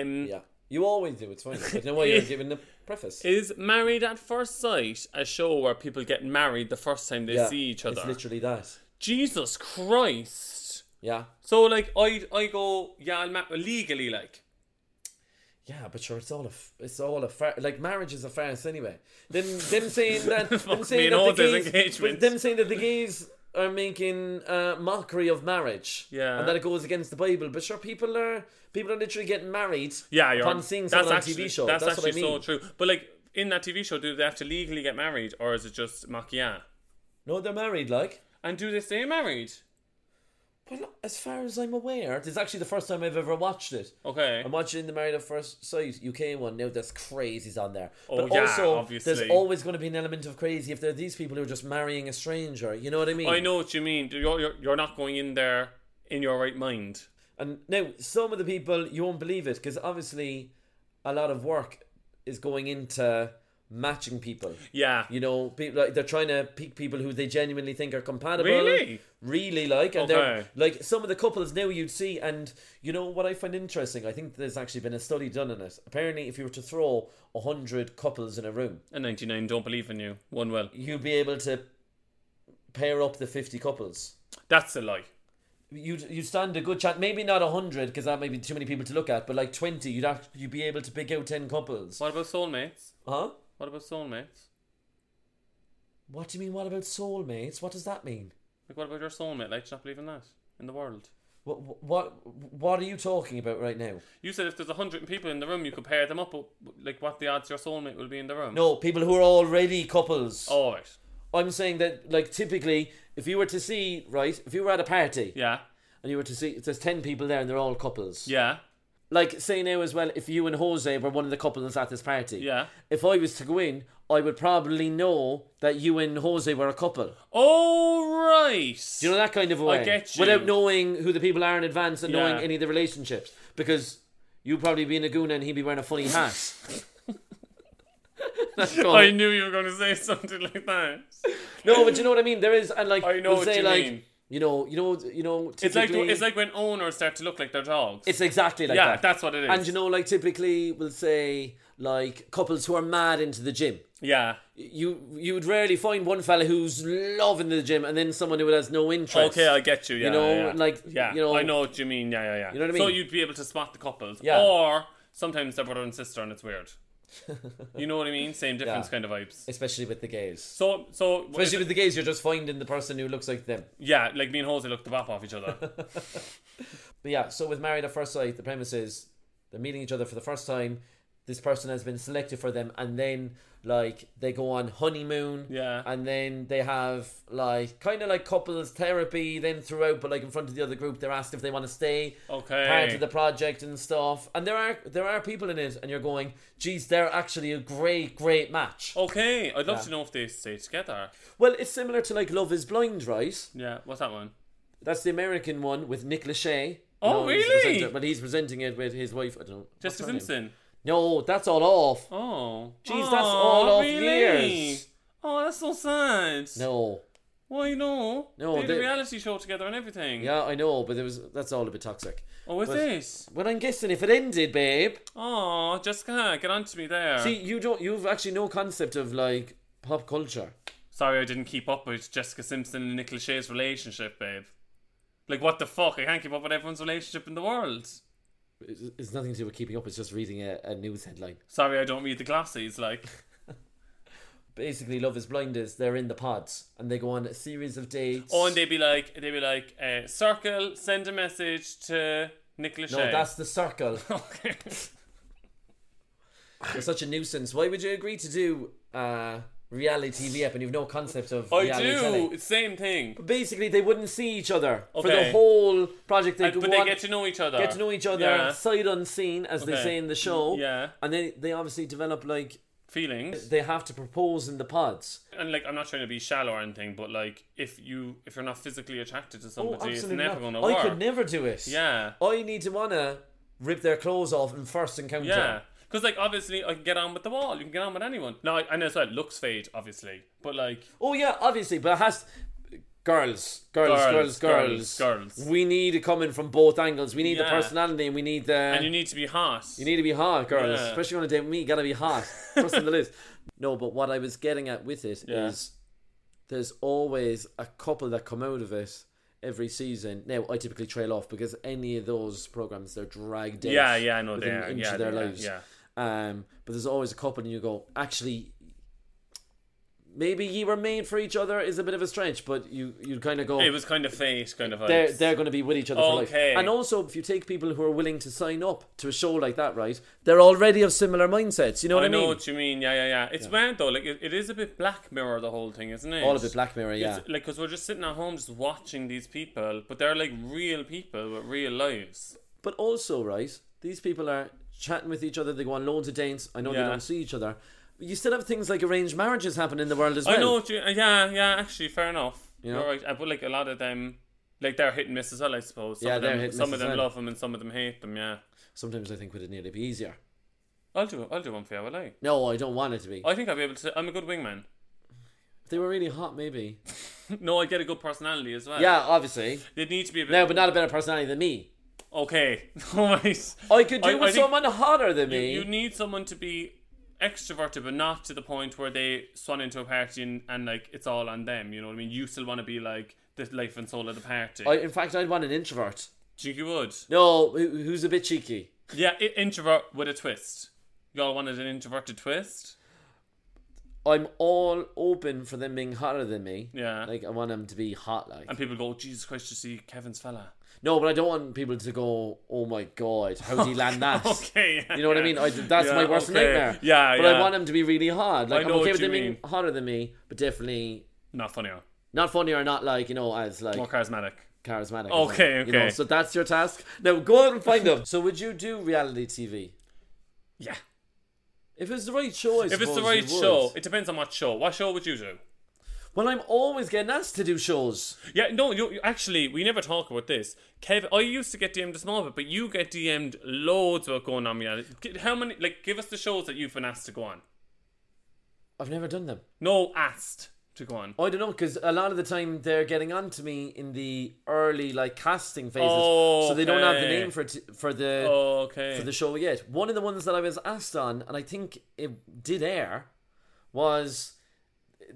Um, Yeah, you always do. It's fine. I don't know [LAUGHS] why you're giving the preface. Is Married at First Sight a show where people get married the first time they Yeah, see each other? It's literally that. Jesus Christ. Yeah. So like I I go yeah I'll ma- legally like Yeah, but sure, it's all a f- it's all a far- like marriage is a farce anyway. Them them [LAUGHS] saying that them Fuck saying me, no, that the there's gays, engagement. them saying that the gays are making uh, mockery of marriage. Yeah. and that it goes against the Bible. But sure, people are people are literally getting married. yeah you're upon seeing someone on a actually, TV show. that's, That's, what I actually mean. so true. But like in that TV show, do they have to legally get married or is it just maquia? No, they're married. Like, And do they stay married? well, as far as I'm aware, it's actually the first time I've ever watched it. Okay. I'm watching the Married at First Sight UK one now. There's crazies on there. Oh, but yeah, also, obviously. there's always going to be an element of crazy if there are these people who are just marrying a stranger. You know what I mean? I know what you mean. You're, you're you're not going in there in your right mind. And now, some of the people you won't believe it because obviously, a lot of work is going into matching people. Yeah. You know, people like they're trying to pick people who they genuinely think are compatible. Really? Really like, and Okay. they're like some of the couples now you'd see, and you know what I find interesting. I think there's actually been a study done on it. Apparently, if you were to throw hundred couples in a room, And 99 don't believe in you. One will. you'd be able to pair up the fifty couples. That's a lie. You'd you stand a good chance. Maybe not hundred because that may be too many people to look at, but like twenty, you'd act, you'd be able to pick out ten couples. What about soulmates? Huh? What about soulmates? What do you mean? What about soulmates? What does that mean? Like, what about your soulmate? Like, do you not believe in that in the world? What what what are you talking about right now? You said if there's 100 people in the room, you could pair them up. But, like, what the odds your soulmate will be in the room? No, people who are already couples. All right. Oh. I'm saying that, like, typically, if you were to see, right, if you were at a party Yeah. and you were to see, it says 10 people there and they're all couples. Yeah. Like, say now as well, if you and Jose were one of the couples at this party. Yeah. If I was to go in, I would probably know that you and Jose were a couple. All Oh, right. Do you know that kind of a way? I get you. Without knowing who the people are in advance and Yeah. knowing any of the relationships. Because you'd probably be in a goon and he'd be wearing a funny hat. [LAUGHS] That's cool. I knew you were going to say something like that. No, but you know what I mean. There is, and like I know we'll what say, you like, mean. You know, you know, you know. It's like typically- it's like when owners start to look like their dogs. it's exactly like yeah, that. that's what it is. And you know, like typically, we'll say like couples who are mad into the gym. yeah. You you would rarely find one fella who's loving the gym and then someone who has no interest. Okay, I get you. Yeah, you know, yeah, yeah. like, yeah, you know- I know what you mean. Yeah, yeah, yeah. You know what I So mean? you'd be able to spot the couples, Yeah. or sometimes they're brother and sister, and it's weird. you know what I mean? Same difference, Yeah. kind of vibes. [LAUGHS] Especially with the gays. So, so Especially with the gays, you're just finding the person who looks like them. yeah, like me and Jose look the bop off each [LAUGHS] other. But yeah, so with Married at First Sight, the premise is they're meeting each other for the first time. This person has been selected for them, and then like they go on honeymoon. Yeah. And then they have like kind of like couples therapy then throughout, but like in front of the other group, they're asked if they want to stay. Okay. Part of the project and stuff. And there are there are people in it, and you're going, geez, they're actually a great great match. Oh. okay, I'd love to know if they stay together. Well, it's similar to like Love Is Blind, right? Yeah, what's that one? That's the American one with Nick Lachey. Oh, he's the really? presenter, but he's presenting it with his wife. I don't know. what's Jessica her name? Simpson. No, that's all off. Oh, Jeez, oh, that's all off really? years. Oh, that's so sad. No. Why no? No, they did a they- reality show together and everything. Yeah, I know, but it was that's all a bit toxic. Oh, is But- this? Well, I'm guessing if it ended, babe. Oh, Jessica, get on to me there. See, you don't. You've actually no concept of like pop culture. Sorry, I didn't keep up with Jessica Simpson and Nick Lachey's relationship, babe. Like, what the fuck? I can't keep up with everyone's relationship in the world. It's, it's nothing to do with keeping up. It's just reading a, a news headline. Sorry, I don't read the [LAUGHS] glossies. Like, Basically, Love Is Blind is they're in the pods and they go on a series of dates. oh, and they'd be like, they'd be like, uh, circle, send a message to Nick Lachey. no, that's the circle. [LAUGHS] okay. You're such a nuisance. Why would you agree to do uh, reality TV app and you've no concept of I reality telly? do. It's same thing. basically they wouldn't see each other for Okay. the whole project. They And- go but they on- get to know each other. get to know each other, Yeah. sight unseen, as they Okay. say in the show. Yeah. and then they obviously develop like Feelings. they have to propose in the pods. And like, I'm not trying to be shallow or anything, but like, if you if you're not physically attracted to Oh, somebody, it's absolutely not. never going to I work. could never do it. Yeah. I need to wanna rip their clothes off in first encounter. Yeah. Because, like, obviously, I can get on with the wall. You can get on with anyone. No, I, and as well, looks fade, obviously. But, like, Oh yeah, obviously, but it has. Girls, girls, Girls, girls, girls, girls, girls. We need it coming from both angles. We need the Yeah. personality, and we need the. and you need to be hot. You need to be hot, girls. Yeah. Especially on a date with me, you gotta be [LAUGHS] hot. Trust in the list. No, but what I was getting at with it is Yeah. there's always a couple that come out of it every season. Now I typically trail off because any of those programs they're dragged. out Yeah, yeah, I know within they an are. inch Yeah, of their they are, lives. yeah. Um, but there's always a couple, and you go, actually, maybe you were made for each other is a bit of a stretch, but you you kind of go. It was kind of fate, kind of. they're, vibes. they're going to be with each other for Okay. life. And also, if you take people who are willing to sign up to a show like that, right, they're already of similar mindsets. You know what I I, know mean? what you mean. Yeah, yeah, yeah. It's mad though. Like it, it is a bit Black Mirror the whole thing, isn't it? All of it Black Mirror, yeah. It's, like because we're just sitting at home just watching these people, but they're like real people with real lives. But also, right, these people are chatting with each other. They go on loads of dates. I know Yeah. they don't see each other. But you still have things like arranged marriages happen in the world as well. I know what you. uh, Yeah, yeah. Actually, fair enough. You know? are right. I put like a lot of them. Like they're hit and miss as well, I suppose. Some Yeah, of they're them, hit and Some miss as of them well. love them and some of them hate them. Yeah, Sometimes I think would it nearly be easier. I'll do. I'll do one for you. Will I? No, I don't want it to be. I think I'll be able to. I'm a good wingman. [LAUGHS] If they were really hot, maybe. No, I get a good personality as well. Yeah, obviously. they need to be a bit. No, but not a better personality than me. okay. [LAUGHS] Alright. I could do I- I with think- someone hotter than You, me. you need someone to be extroverted, but not to the point where they swan into a party and, and like it's all on them. You know what I mean? You still want to be like the life and soul of the party. I, in fact, I'd want an introvert. Do you think you would? No, who, who's a bit cheeky. Yeah, i- introvert with a twist. Y'all wanted an introverted twist. I'm all open for them being hotter than me. Yeah. Like, I want them to be hot, like. And people go, Jesus Christ, you see Kevin's fella. No, but I don't want people to go, oh my god, how did he land that? [LAUGHS] Okay. yeah, You know what I yeah. mean? I, that's Yeah, my worst okay. nightmare. Yeah, But yeah. I want him to be really hard. Like, know I'm okay what with you him being mean. harder than me, but definitely Not funnier. not funny or not like, you know, as like More charismatic. charismatic. or Okay, something, You know, okay. so that's your task. Now go out and find them. So would you do reality TV? Yeah. If it's the right show, I If it's the suppose right you would. show, it depends on what show. What show would you do? Well, I'm always getting asked to do shows. Yeah, no, you you- actually we never talk about this. Kev, I used to get DM'd a small bit, but you get DM'd loads about going on reality. G- How many? Like, give us the shows that you've been asked to go on. I've never done them. No, asked to go on. I don't know because a lot of the time they're getting on to me in the early like casting phases, so they don't have the Okay. name for t- for the Okay. for the show yet. One of the ones that I was asked on, and I think it did air, was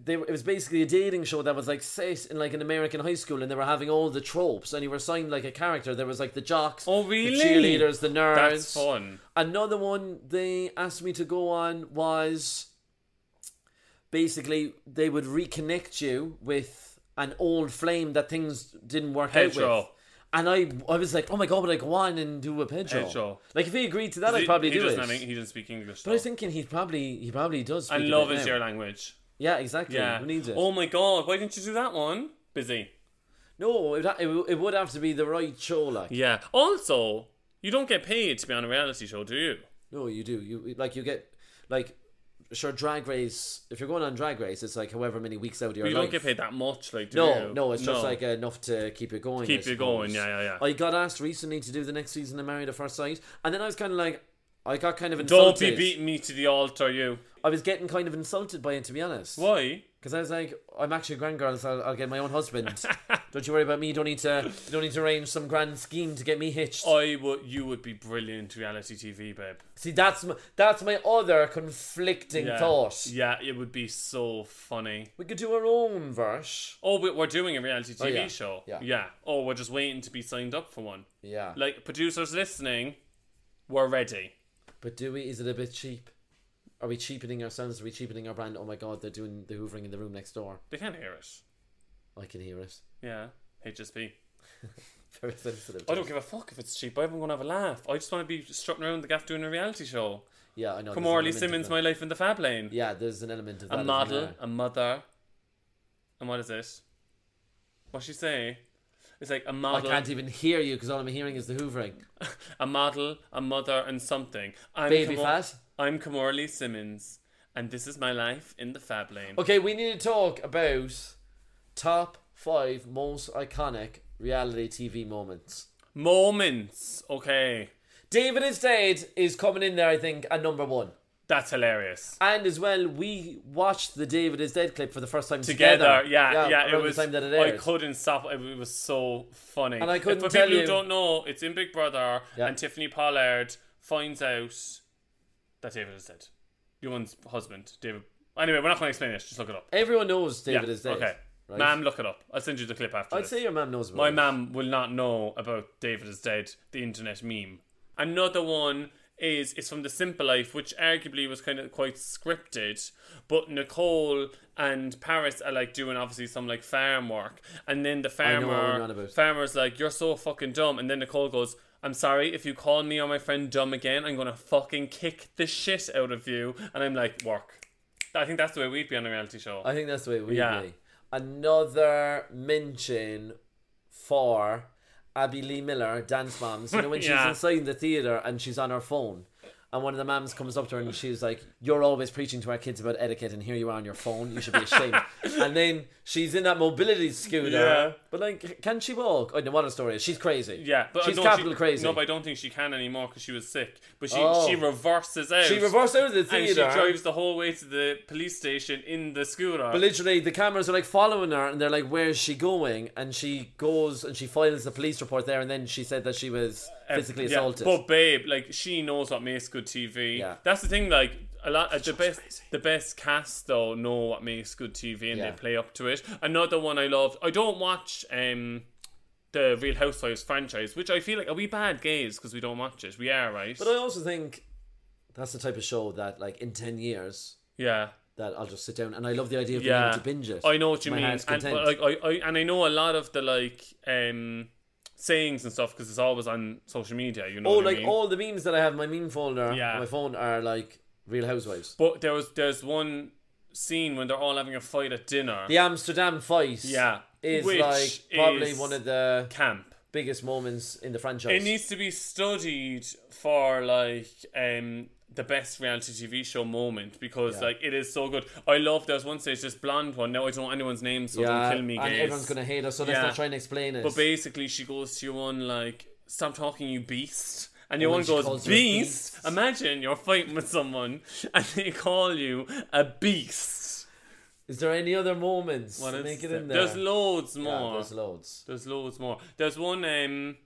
they it was basically a dating show that was like set in like an American high school, and they were having all the tropes, and you were signed like a character. There was like the jocks, Oh, really? the cheerleaders, the nerds. That's fun. Another one they asked me to go on was basically they would reconnect you with an old flame that things didn't work out with. Pedro. And I, I was like, oh my god, would I go on and do a Pedro? Pedro. Like if he agreed to that, He- I'd probably he do it. doesn't have Eng- he doesn't speak English. but I was though. thinking he probably, he probably does. Speak and a love bit is now. your language. Yeah, exactly. Yeah. Who needs it? Oh my god, why didn't you do that one? Busy. no, it, would ha- it, w- it would have to be the right show. Like, Yeah. Also, you don't get paid to be on a reality show, do you? no, you do. You like you get like sure drag race. If you're going on drag race, it's like however many weeks out of your You life. don't get paid that much, like do No, you? no, it's just uh, like enough to keep it going. Keep I you going, suppose. yeah, yeah, yeah. I got asked recently to do the next season of Married at First Sight, and then I was kind of like, I got kind of Don't insulted. be beating me to the altar, you. I was getting kind of insulted by it, to be honest. Why? Because I was like, I'm actually a grand girl, so I'll, I'll get my own husband. [LAUGHS] don't you worry about me. You don't need to. You don't need to arrange some grand scheme to get me hitched. I would. You would be brilliant reality TV, babe. See, that's my, that's my other conflicting Yeah. thought. Yeah, it would be so funny. We could do our own verse. Oh, we- we're doing a reality TV yeah. show. Yeah. Oh, we're just waiting to be signed up for one. Yeah. Like producers listening, we're ready. But do we? Is it a bit cheap? Are we cheapening ourselves? Are we cheapening our brand? Oh my god, they're doing the hoovering in the room next door. They can't hear it. I can hear it. Yeah. HSP. [LAUGHS] Very sensitive. I don't give a fuck if it's cheap. I'm going to have a laugh. I just want to be strutting around the gaff doing a reality show. yeah, I know. Come there's an Orly element of Simmons, that. my life in the fab lane. Yeah, there's an element of that. a isn't model, there? a mother. And what is it? What she say? It's like a I model, can't even hear you because all I'm hearing is the hoovering. a model, a mother, and something. I'm Baby Kimor- fat. I'm Kamora Lee Simmons, and this is my life in the Fab Lane. Okay, we need to talk about top five most iconic reality TV moments. Moments. Okay, David is dead is coming in there, I think, at number one. that's hilarious. And as well, we watched the David is dead clip for the first time together. Together, yeah, yeah, around it was. the time that it I aired. couldn't stop. It, it was so funny. And I couldn't For tell people you- who don't know, it's in Big Brother, Yeah. and Tiffany Pollard finds out that David is dead. Your one's husband, David. Anyway, we're not going to explain it. Just look it up. Everyone knows David Yeah, is dead. okay. Right? Mam, look it up. I'll send you the clip after I'd this. say your mum knows about My this. mam will not know about David is Dead, the internet meme. Another one is is from The Simple Life, which arguably was kind of quite scripted, but Nicole and Paris are like doing obviously some like farm work, and then the know what you're on farmer about. farmer's like, "You're so fucking dumb," and then Nicole goes. I'm sorry, if you call me or my friend dumb again, I'm gonna fucking kick the shit out of you. And I'm like, work. I think that's the way we'd be on a reality show. I think that's the way we Yeah. play. Another mention for Abby Lee Miller, Dance Moms. You know, when [LAUGHS] she's Yeah. inside the theatre and she's on her phone, and one of the mums comes up to her and she's like, You're always preaching to our kids about etiquette, and here you are on your phone. You should be ashamed. [LAUGHS] and then she's in that mobility scooter. Yeah. But, like, can she walk? I don't know what her story is. She's crazy. Yeah, but I she's don't- capital she- crazy. No, but I don't think she can anymore because she was sick. But she Oh. she reverses out. she reversed out of the and she theatre. drives the whole way to the police station in the scooter. But literally, the cameras are like following her, and they're like, "Where is she going?" And she goes and she files the police report there, and then she said that she was physically Yeah, assaulted. But babe, like she knows what makes good TV. Yeah. That's the thing. Like a lot, uh, the best, the best cast though know what makes good TV and Yeah. they play up to it. Another one I loved. I don't watch um the Real Housewives franchise, which I feel like are we bad gays because we don't watch it. We are right. But I also think that's the type of show that, like, in ten years, yeah. that I'll just sit down, and I love the idea of being able to binge it. I know what you My mean, heart's and but, content. like I, I and I know a lot of the like um sayings and stuff because it's always on social media. You know, oh, what like I mean? all the memes that I have in my meme folder, Yeah. on my phone are like Real Housewives. But there was there's one scene when they're all having a fight at dinner. The Amsterdam fight, Yeah. is Which like probably is- one of the camp. biggest moments in the franchise. It needs to be studied for like um the best reality TV show moment because like it is so good. I love there's one stage this blonde one. Now I don't know anyone's name, so yeah, don't kill me, and gays. everyone's gonna hate us, so let's Yeah. not try and explain it. But basically, she goes to your one like, "Stop talking, you beast." And your Oh, one and she goes, calls you a beast? beast. Imagine you're fighting with someone [LAUGHS] and they call you a beast. Is there any other moments? What is Make it there? in there. There's loads Yeah, more. there's loads. There's loads more. There's one um,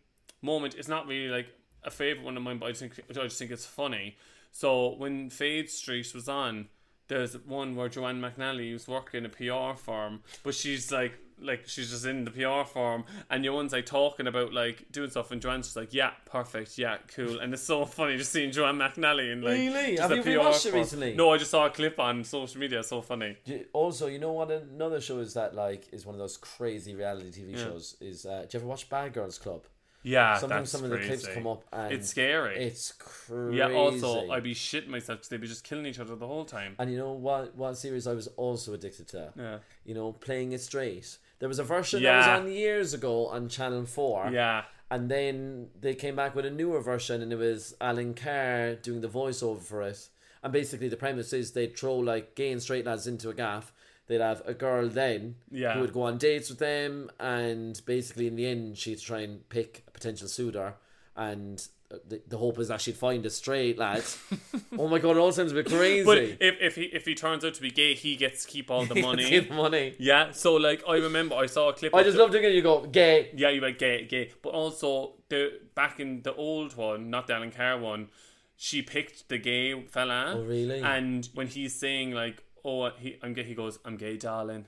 moment. It's not really like a favorite one of mine, but I think I just think it's funny. So when Fade Street was on, there's one where Joanne McNally was working a PR firm, but she's like. Like she's just in the PR firm, and Joanne's like talking about like doing stuff, and Joanne's just like, "Yeah, perfect, yeah, cool," and it's so funny just seeing Joanne McNally and like Really? just Have a you PR rewatched it firm. recently? No, I just saw a clip on social media. It's so funny. You- Also, you know what? Another show is that like is one of those crazy reality TV shows. Is uh, do you ever watch Bad Girls Club? Yeah, Sometimes Ah, that's some of the clips crazy. come up and it's scary. It's crazy. Yeah, also, I'd be shitting myself because they'd be just killing each other the whole time. And you know what? What series I was also addicted to? Yeah. You know, playing it straight. There was a version Yeah. that was on years ago on Channel Four. Yeah. And then they came back with a newer version, and it was Alan Carr doing the voiceover for it. And basically, the premise is they'd throw like gay and straight lads into a gaff. They'd have a girl then Yeah. who would go on dates with them, and basically, in the end, she'd try and pick a potential suitor. And the, the hope is that she'd find a straight lad. [LAUGHS] oh my god, it all sounds a bit crazy. But if, if he if he turns out to be gay, [LAUGHS] he gets to keep all the money. Save money. yeah. So like, I remember I saw a clip. I of just the- love doing it. You go gay. Yeah, you went gay, gay. But also the back in the old one, not the Alan Carr one, she picked the gay fella. Oh, really? And when he's saying like, "Oh, he, I'm gay," he goes, "I'm gay, darling."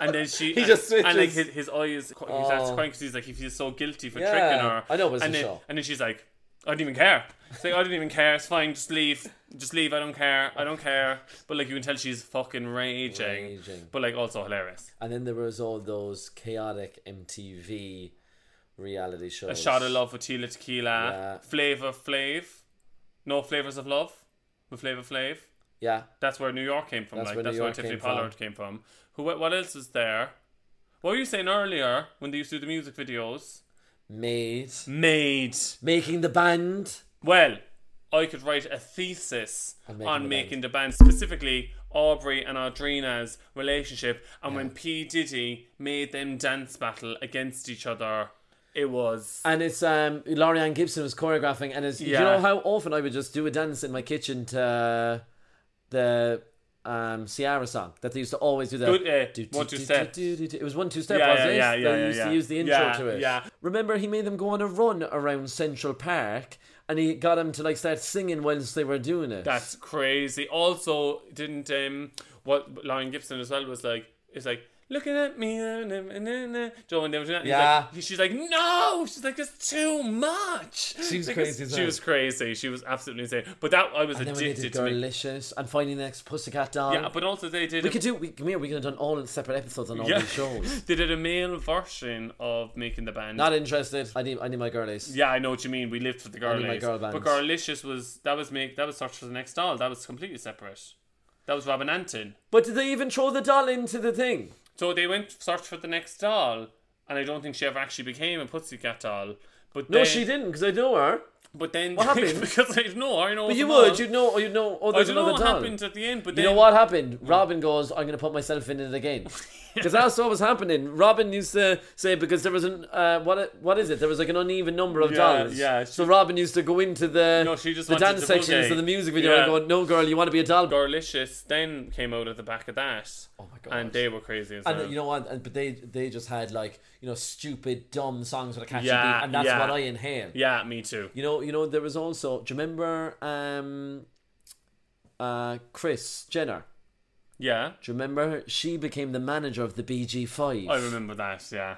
And then [LAUGHS] she He just and, and like his, switches. his eyes, he starts Oh. crying because he's like, he feels so guilty for Yeah, tricking her. I know, but it's and a then, show. and then she's like, I don't even care. It's like I don't even care. It's fine. Just leave. Just leave. I don't care. I don't care. But like you can tell, she's fucking raging. Raging. But like also hilarious. And then there was all those chaotic MTV reality shows. A Shot of Love with Tila Tequila. Yeah. Flavor Flav. No Flavors of Love with Flavor Flav. Yeah. That's where New York came from. That's like where that's New where York Tiffany came Pollard from. came from. Who? What what else is there? What were you saying earlier when they used to do the music videos? Made. Made. Making the band. Well, I could write a thesis On making on the making the band, specifically Aubrey and Audrina's relationship, and when P Diddy made them dance battle against each other, it was And it's um Lorianne Gibson was choreographing and it's Yeah. you know how often I would just do a dance in my kitchen to the um Ciara song that they used to always do that. Good, eh, Do, one, do, two do, step. do, do, do. It was one two step, Yeah, wasn't yeah, it? yeah, they yeah, used yeah. to use the intro Yeah, to it. yeah. Remember he made them go on a run around Central Park and he got them to like start singing whilst they were doing it. That's crazy. Also, didn't um what Lauren Gibson as well was like is like looking at me. uh, na, na, na, na." Joe and they were doing that. and he's Yeah. like- she's like, no. She's like, that's too much. She was Like, crazy it's- as She well. was crazy. She was absolutely insane. But that I was And then when they did addicted to. It. Girlicious and Finding the Next Pussycat Doll. Yeah, but also they did. we a- could do. We, come here. We could have done all separate episodes on all [LAUGHS] yeah. these shows. [LAUGHS] they did a male version of making the band. Not interested. I need. I need my girlies. yeah, I know what you mean. We lived for the girl, Only my days. girl But bands. Girlicious was that was make that was Search for the Next Doll. That was completely separate. That was Robin Anton. But did they even throw the doll into the thing? So they went search for the next doll, and I don't think she ever actually became a pussycat doll. But No, then, she didn't because I know her. But then [LAUGHS] What happened? because I know I know. But you them all. would. You'd know. You'd know. Oh, I there's don't know another what doll. happened at the end. But You then, know what happened? Robin goes, I'm going to put myself in it [LAUGHS] again. Because that's what was happening. Robin used to say, because there was an, uh, what what is it? There was like an uneven number of Yeah, dollars. yeah, So she- Robin used to go into the, No, she just the wanted dance to sections boogie. of the music video Yeah. and going, no, girl, you want to be a doll. Girlicious then came out at the back of that. Oh my God. And they were crazy as And well. you know what? And, but they they just had like, you know, stupid, dumb songs with a catchy Yeah, beat. And that's yeah. what I inhale. yeah, me too. You know, you know, there was also, do you remember um, uh, Chris Jenner? Yeah, Do you remember her? She became the manager of the BG5. I remember that. Yeah,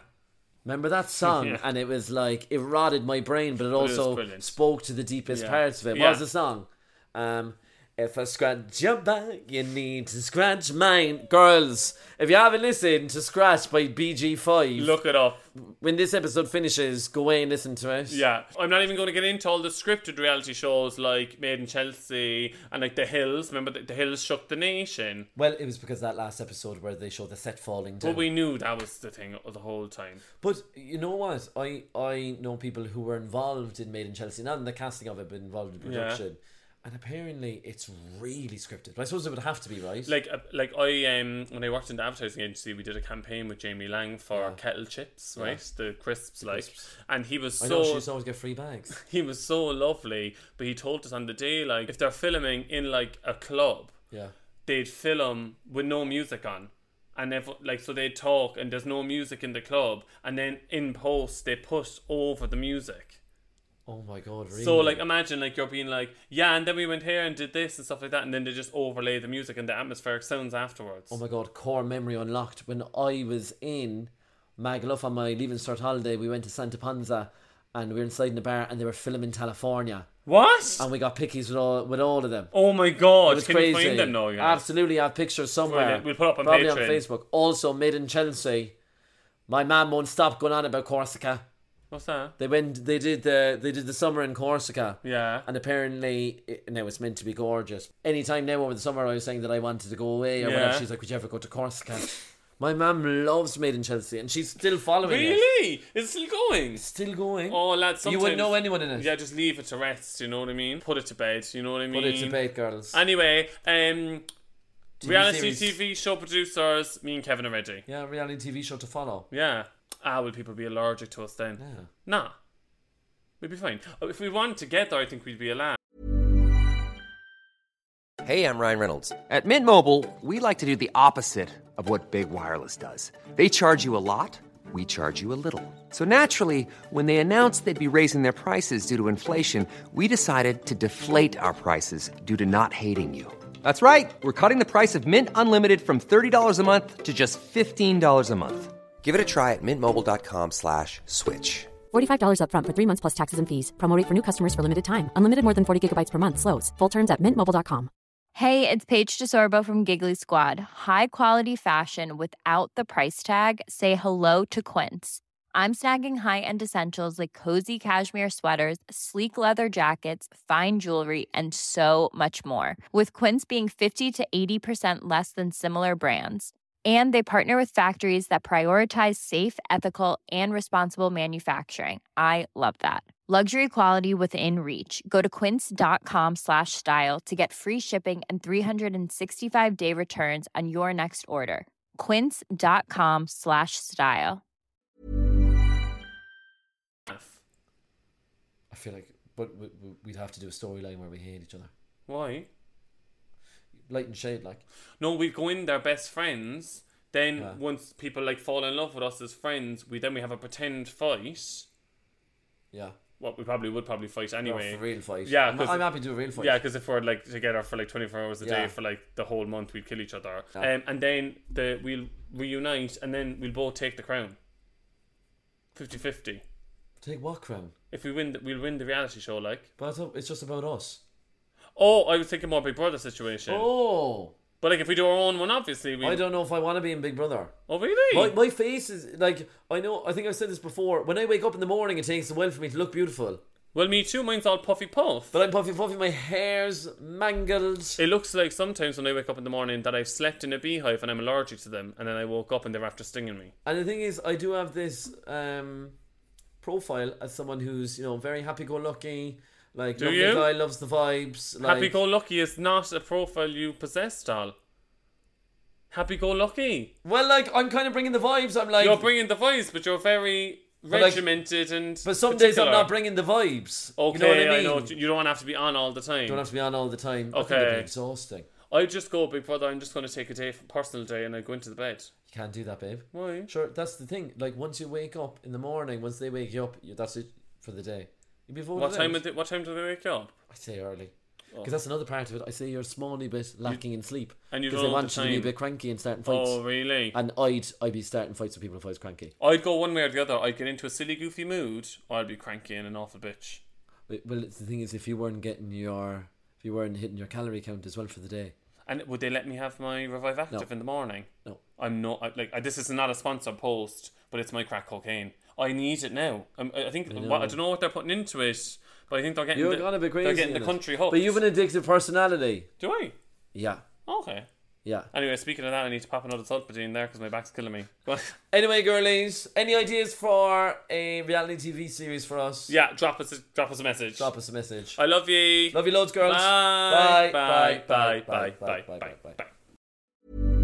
Remember that song? [LAUGHS] Yeah. And it was like it rotted my brain, but it was also brilliant. spoke to the deepest Yeah. parts of it. What Yeah. was the song? Um, if I scratch your back, you need to scratch mine, girls. If you haven't listened to "Scratch" by BG Five, look it up. when this episode finishes, go away and listen to it. Yeah, I'm not even going to get into all the scripted reality shows like Made in Chelsea and like The Hills. Remember, The, the Hills shook the nation. Well, it was because that last episode where they showed the set falling down. But we knew that was the thing the whole time. But you know what? I I know people who were involved in Made in Chelsea, not in the casting of it, but involved in Yeah. production. And apparently, it's really scripted. But I suppose it would have to be, right? Like, uh, like I um when I worked in the advertising agency, we did a campaign with Jamie Lang for kettle chips, right? The crisps, like, and he was I know she so used to always get free bags. he was so lovely. But he told us on the day, like, if they're filming in like a club, Yeah. they'd film with no music on. And if like so they talk and there's no music in the club and then in post they put over the music. Oh my god, really? So like imagine like you're being like, Yeah, and then we went here and did this and stuff like that and then they just overlay the music and the atmospheric sounds afterwards. oh my god, core memory unlocked. When I was in Magaluf on my leaving cert holiday, we went to Santa Panza, and we were inside in a bar, and they were filming California, what? and we got pickies with all with all of them. oh my god, It was can crazy. you find them now, yeah? Absolutely, I have pictures somewhere. Brilliant. We'll put up on Probably Patreon. on Facebook. Also, made in Chelsea. My man won't stop going on about Corsica. What's that? They went. They did the. They did the summer in Corsica. Yeah. And apparently, it, now it's meant to be gorgeous. Anytime now over the summer, I was saying that I wanted to go away. Or whatever. Yeah. She's like, "Would you ever go to Corsica?" My mum loves Made in Chelsea, and she's still following it. Really? It's still going. Still going. Oh lad, you sometimes wouldn't know anyone in it. Yeah, just leave it to rest, you know what I mean? Put it to bed, you know what I mean? Put it to bed, girls. Anyway, um TV reality series. TV show producers, me and Kevin are ready. Yeah. Yeah, reality TV show to follow. Ah, will people be allergic to us then? Nah. We'd be fine. Oh, If we wanted to get there, I think we'd be allowed. Hey, I'm Ryan Reynolds. At Mint Mobile, we like to do the opposite of what Big Wireless does. They charge you a lot, we charge you a little. So naturally, when they announced they'd be raising their prices due to inflation, we decided to deflate our prices due to not hating you. That's right. We're cutting the price of Mint Unlimited from $30 a month to just $15 a month. Give it a try at mintmobile.com slash switch. $45 upfront for three months plus taxes and fees. Promo rate for new customers for limited time. Unlimited more than 40 gigabytes per month. Slows. Full terms at mintmobile.com. Hey, it's Paige DeSorbo from Giggly Squad. High quality fashion without the price tag. Say hello to Quince. I'm snagging high-end essentials like cozy cashmere sweaters, sleek leather jackets, fine jewelry, and so much more. With Quince being 50 to 80% less than similar brands. And they partner with factories that prioritize safe, ethical, and responsible manufacturing. I love that. Luxury quality within reach. Go to quince.com slash style to get free shipping and 365 day returns on your next order. Quince.com slash style. I feel like, but we- we- we'd have to do a storyline where we hate each other, Why? light and shade, like. No, we go in there best friends. Then Yeah. once people like fall in love with us as friends, we then we have a pretend fight. Yeah. what we probably would probably fight anyway. Oh, for real fight. Yeah, I'm, 'cause- I'm happy to do a real fight. Yeah, because if we're like together for like 24 hours a Yeah. day for like the whole month, we'd kill each other. Yeah. Um, and then the we'll reunite and then we'll both take the crown. 50 50. Take what crown? If we win, the, we'll win the reality show. Like, But I thought it's just about us. oh, I was thinking more Big Brother situation. Oh, But like, if we do our own one, obviously we. I don't know if I want to be in Big Brother. Oh, really? My, my face is like I know. I think I've said this before. When I wake up in the morning, it takes a while for me to look beautiful. well, me too. Mine's all puffy puff. But I'm puffy, puffy. My hair's mangled. it looks like sometimes when I wake up in the morning that I've slept in a beehive and I'm allergic to them, and then I woke up and they're after stinging me. And the thing is, I do have this um, profile as someone who's you know very happy-go-lucky. Like Do lovely you? guy loves the vibes. Like, Happy go lucky is not a profile you possess, doll. Happy go lucky. Well, like I'm kind of bringing the vibes. I'm like, You're bringing the voice, but you're very like- regimented and. but some days I'm particular. not bringing the vibes. you Okay, know what I mean. know. You don't have to be on all the time. don't have to be on all the time. I think Okay. it'd be exhausting. I just go, Big Brother. I'm just going to take a day, personal day, and I go into the bed. You can't do that, babe. Why? Sure, that's the thing. Like once you wake up in the morning, once they wake you up, you, that's it for the day. You'd be voted What out. time? Of Oh. the, what time do they wake up? I say early. Because that's another part of it. I say you're a smally bit lacking in sleep. and you Because don't they have want the you to be a time. bit cranky and starting fights. Oh, really? And I'd I'd be starting fights with people if I was cranky. I'd go one way or the other. I'd get into a silly, goofy mood, or I'd be cranky and an awful bitch. But- Well, it's the thing is, if you weren't getting your, if you weren't hitting your calorie count as well for the day, And would they let me have my Revive Active in the morning? No. I'm not I, like I, this is not a sponsored post, but it's my crack cocaine. I need it now. i I think I, I don't know what they're putting into it, but I think they're getting you're the, gonna be crazy. They're getting in the it. country hooked. But you've an addictive personality. do I? Yeah, Okay. yeah. Anyway, speaking of that, I need to pop another Sulfadine there because my back's killing me. But Anyway, girlies, any ideas for a reality TV series for us? yeah, drop us a, drop us a message. Drop us a message. I love you. Love you loads, girls. Bye. Bye. Bye. Bye. Bye. Bye. Bye. Bye. Bye.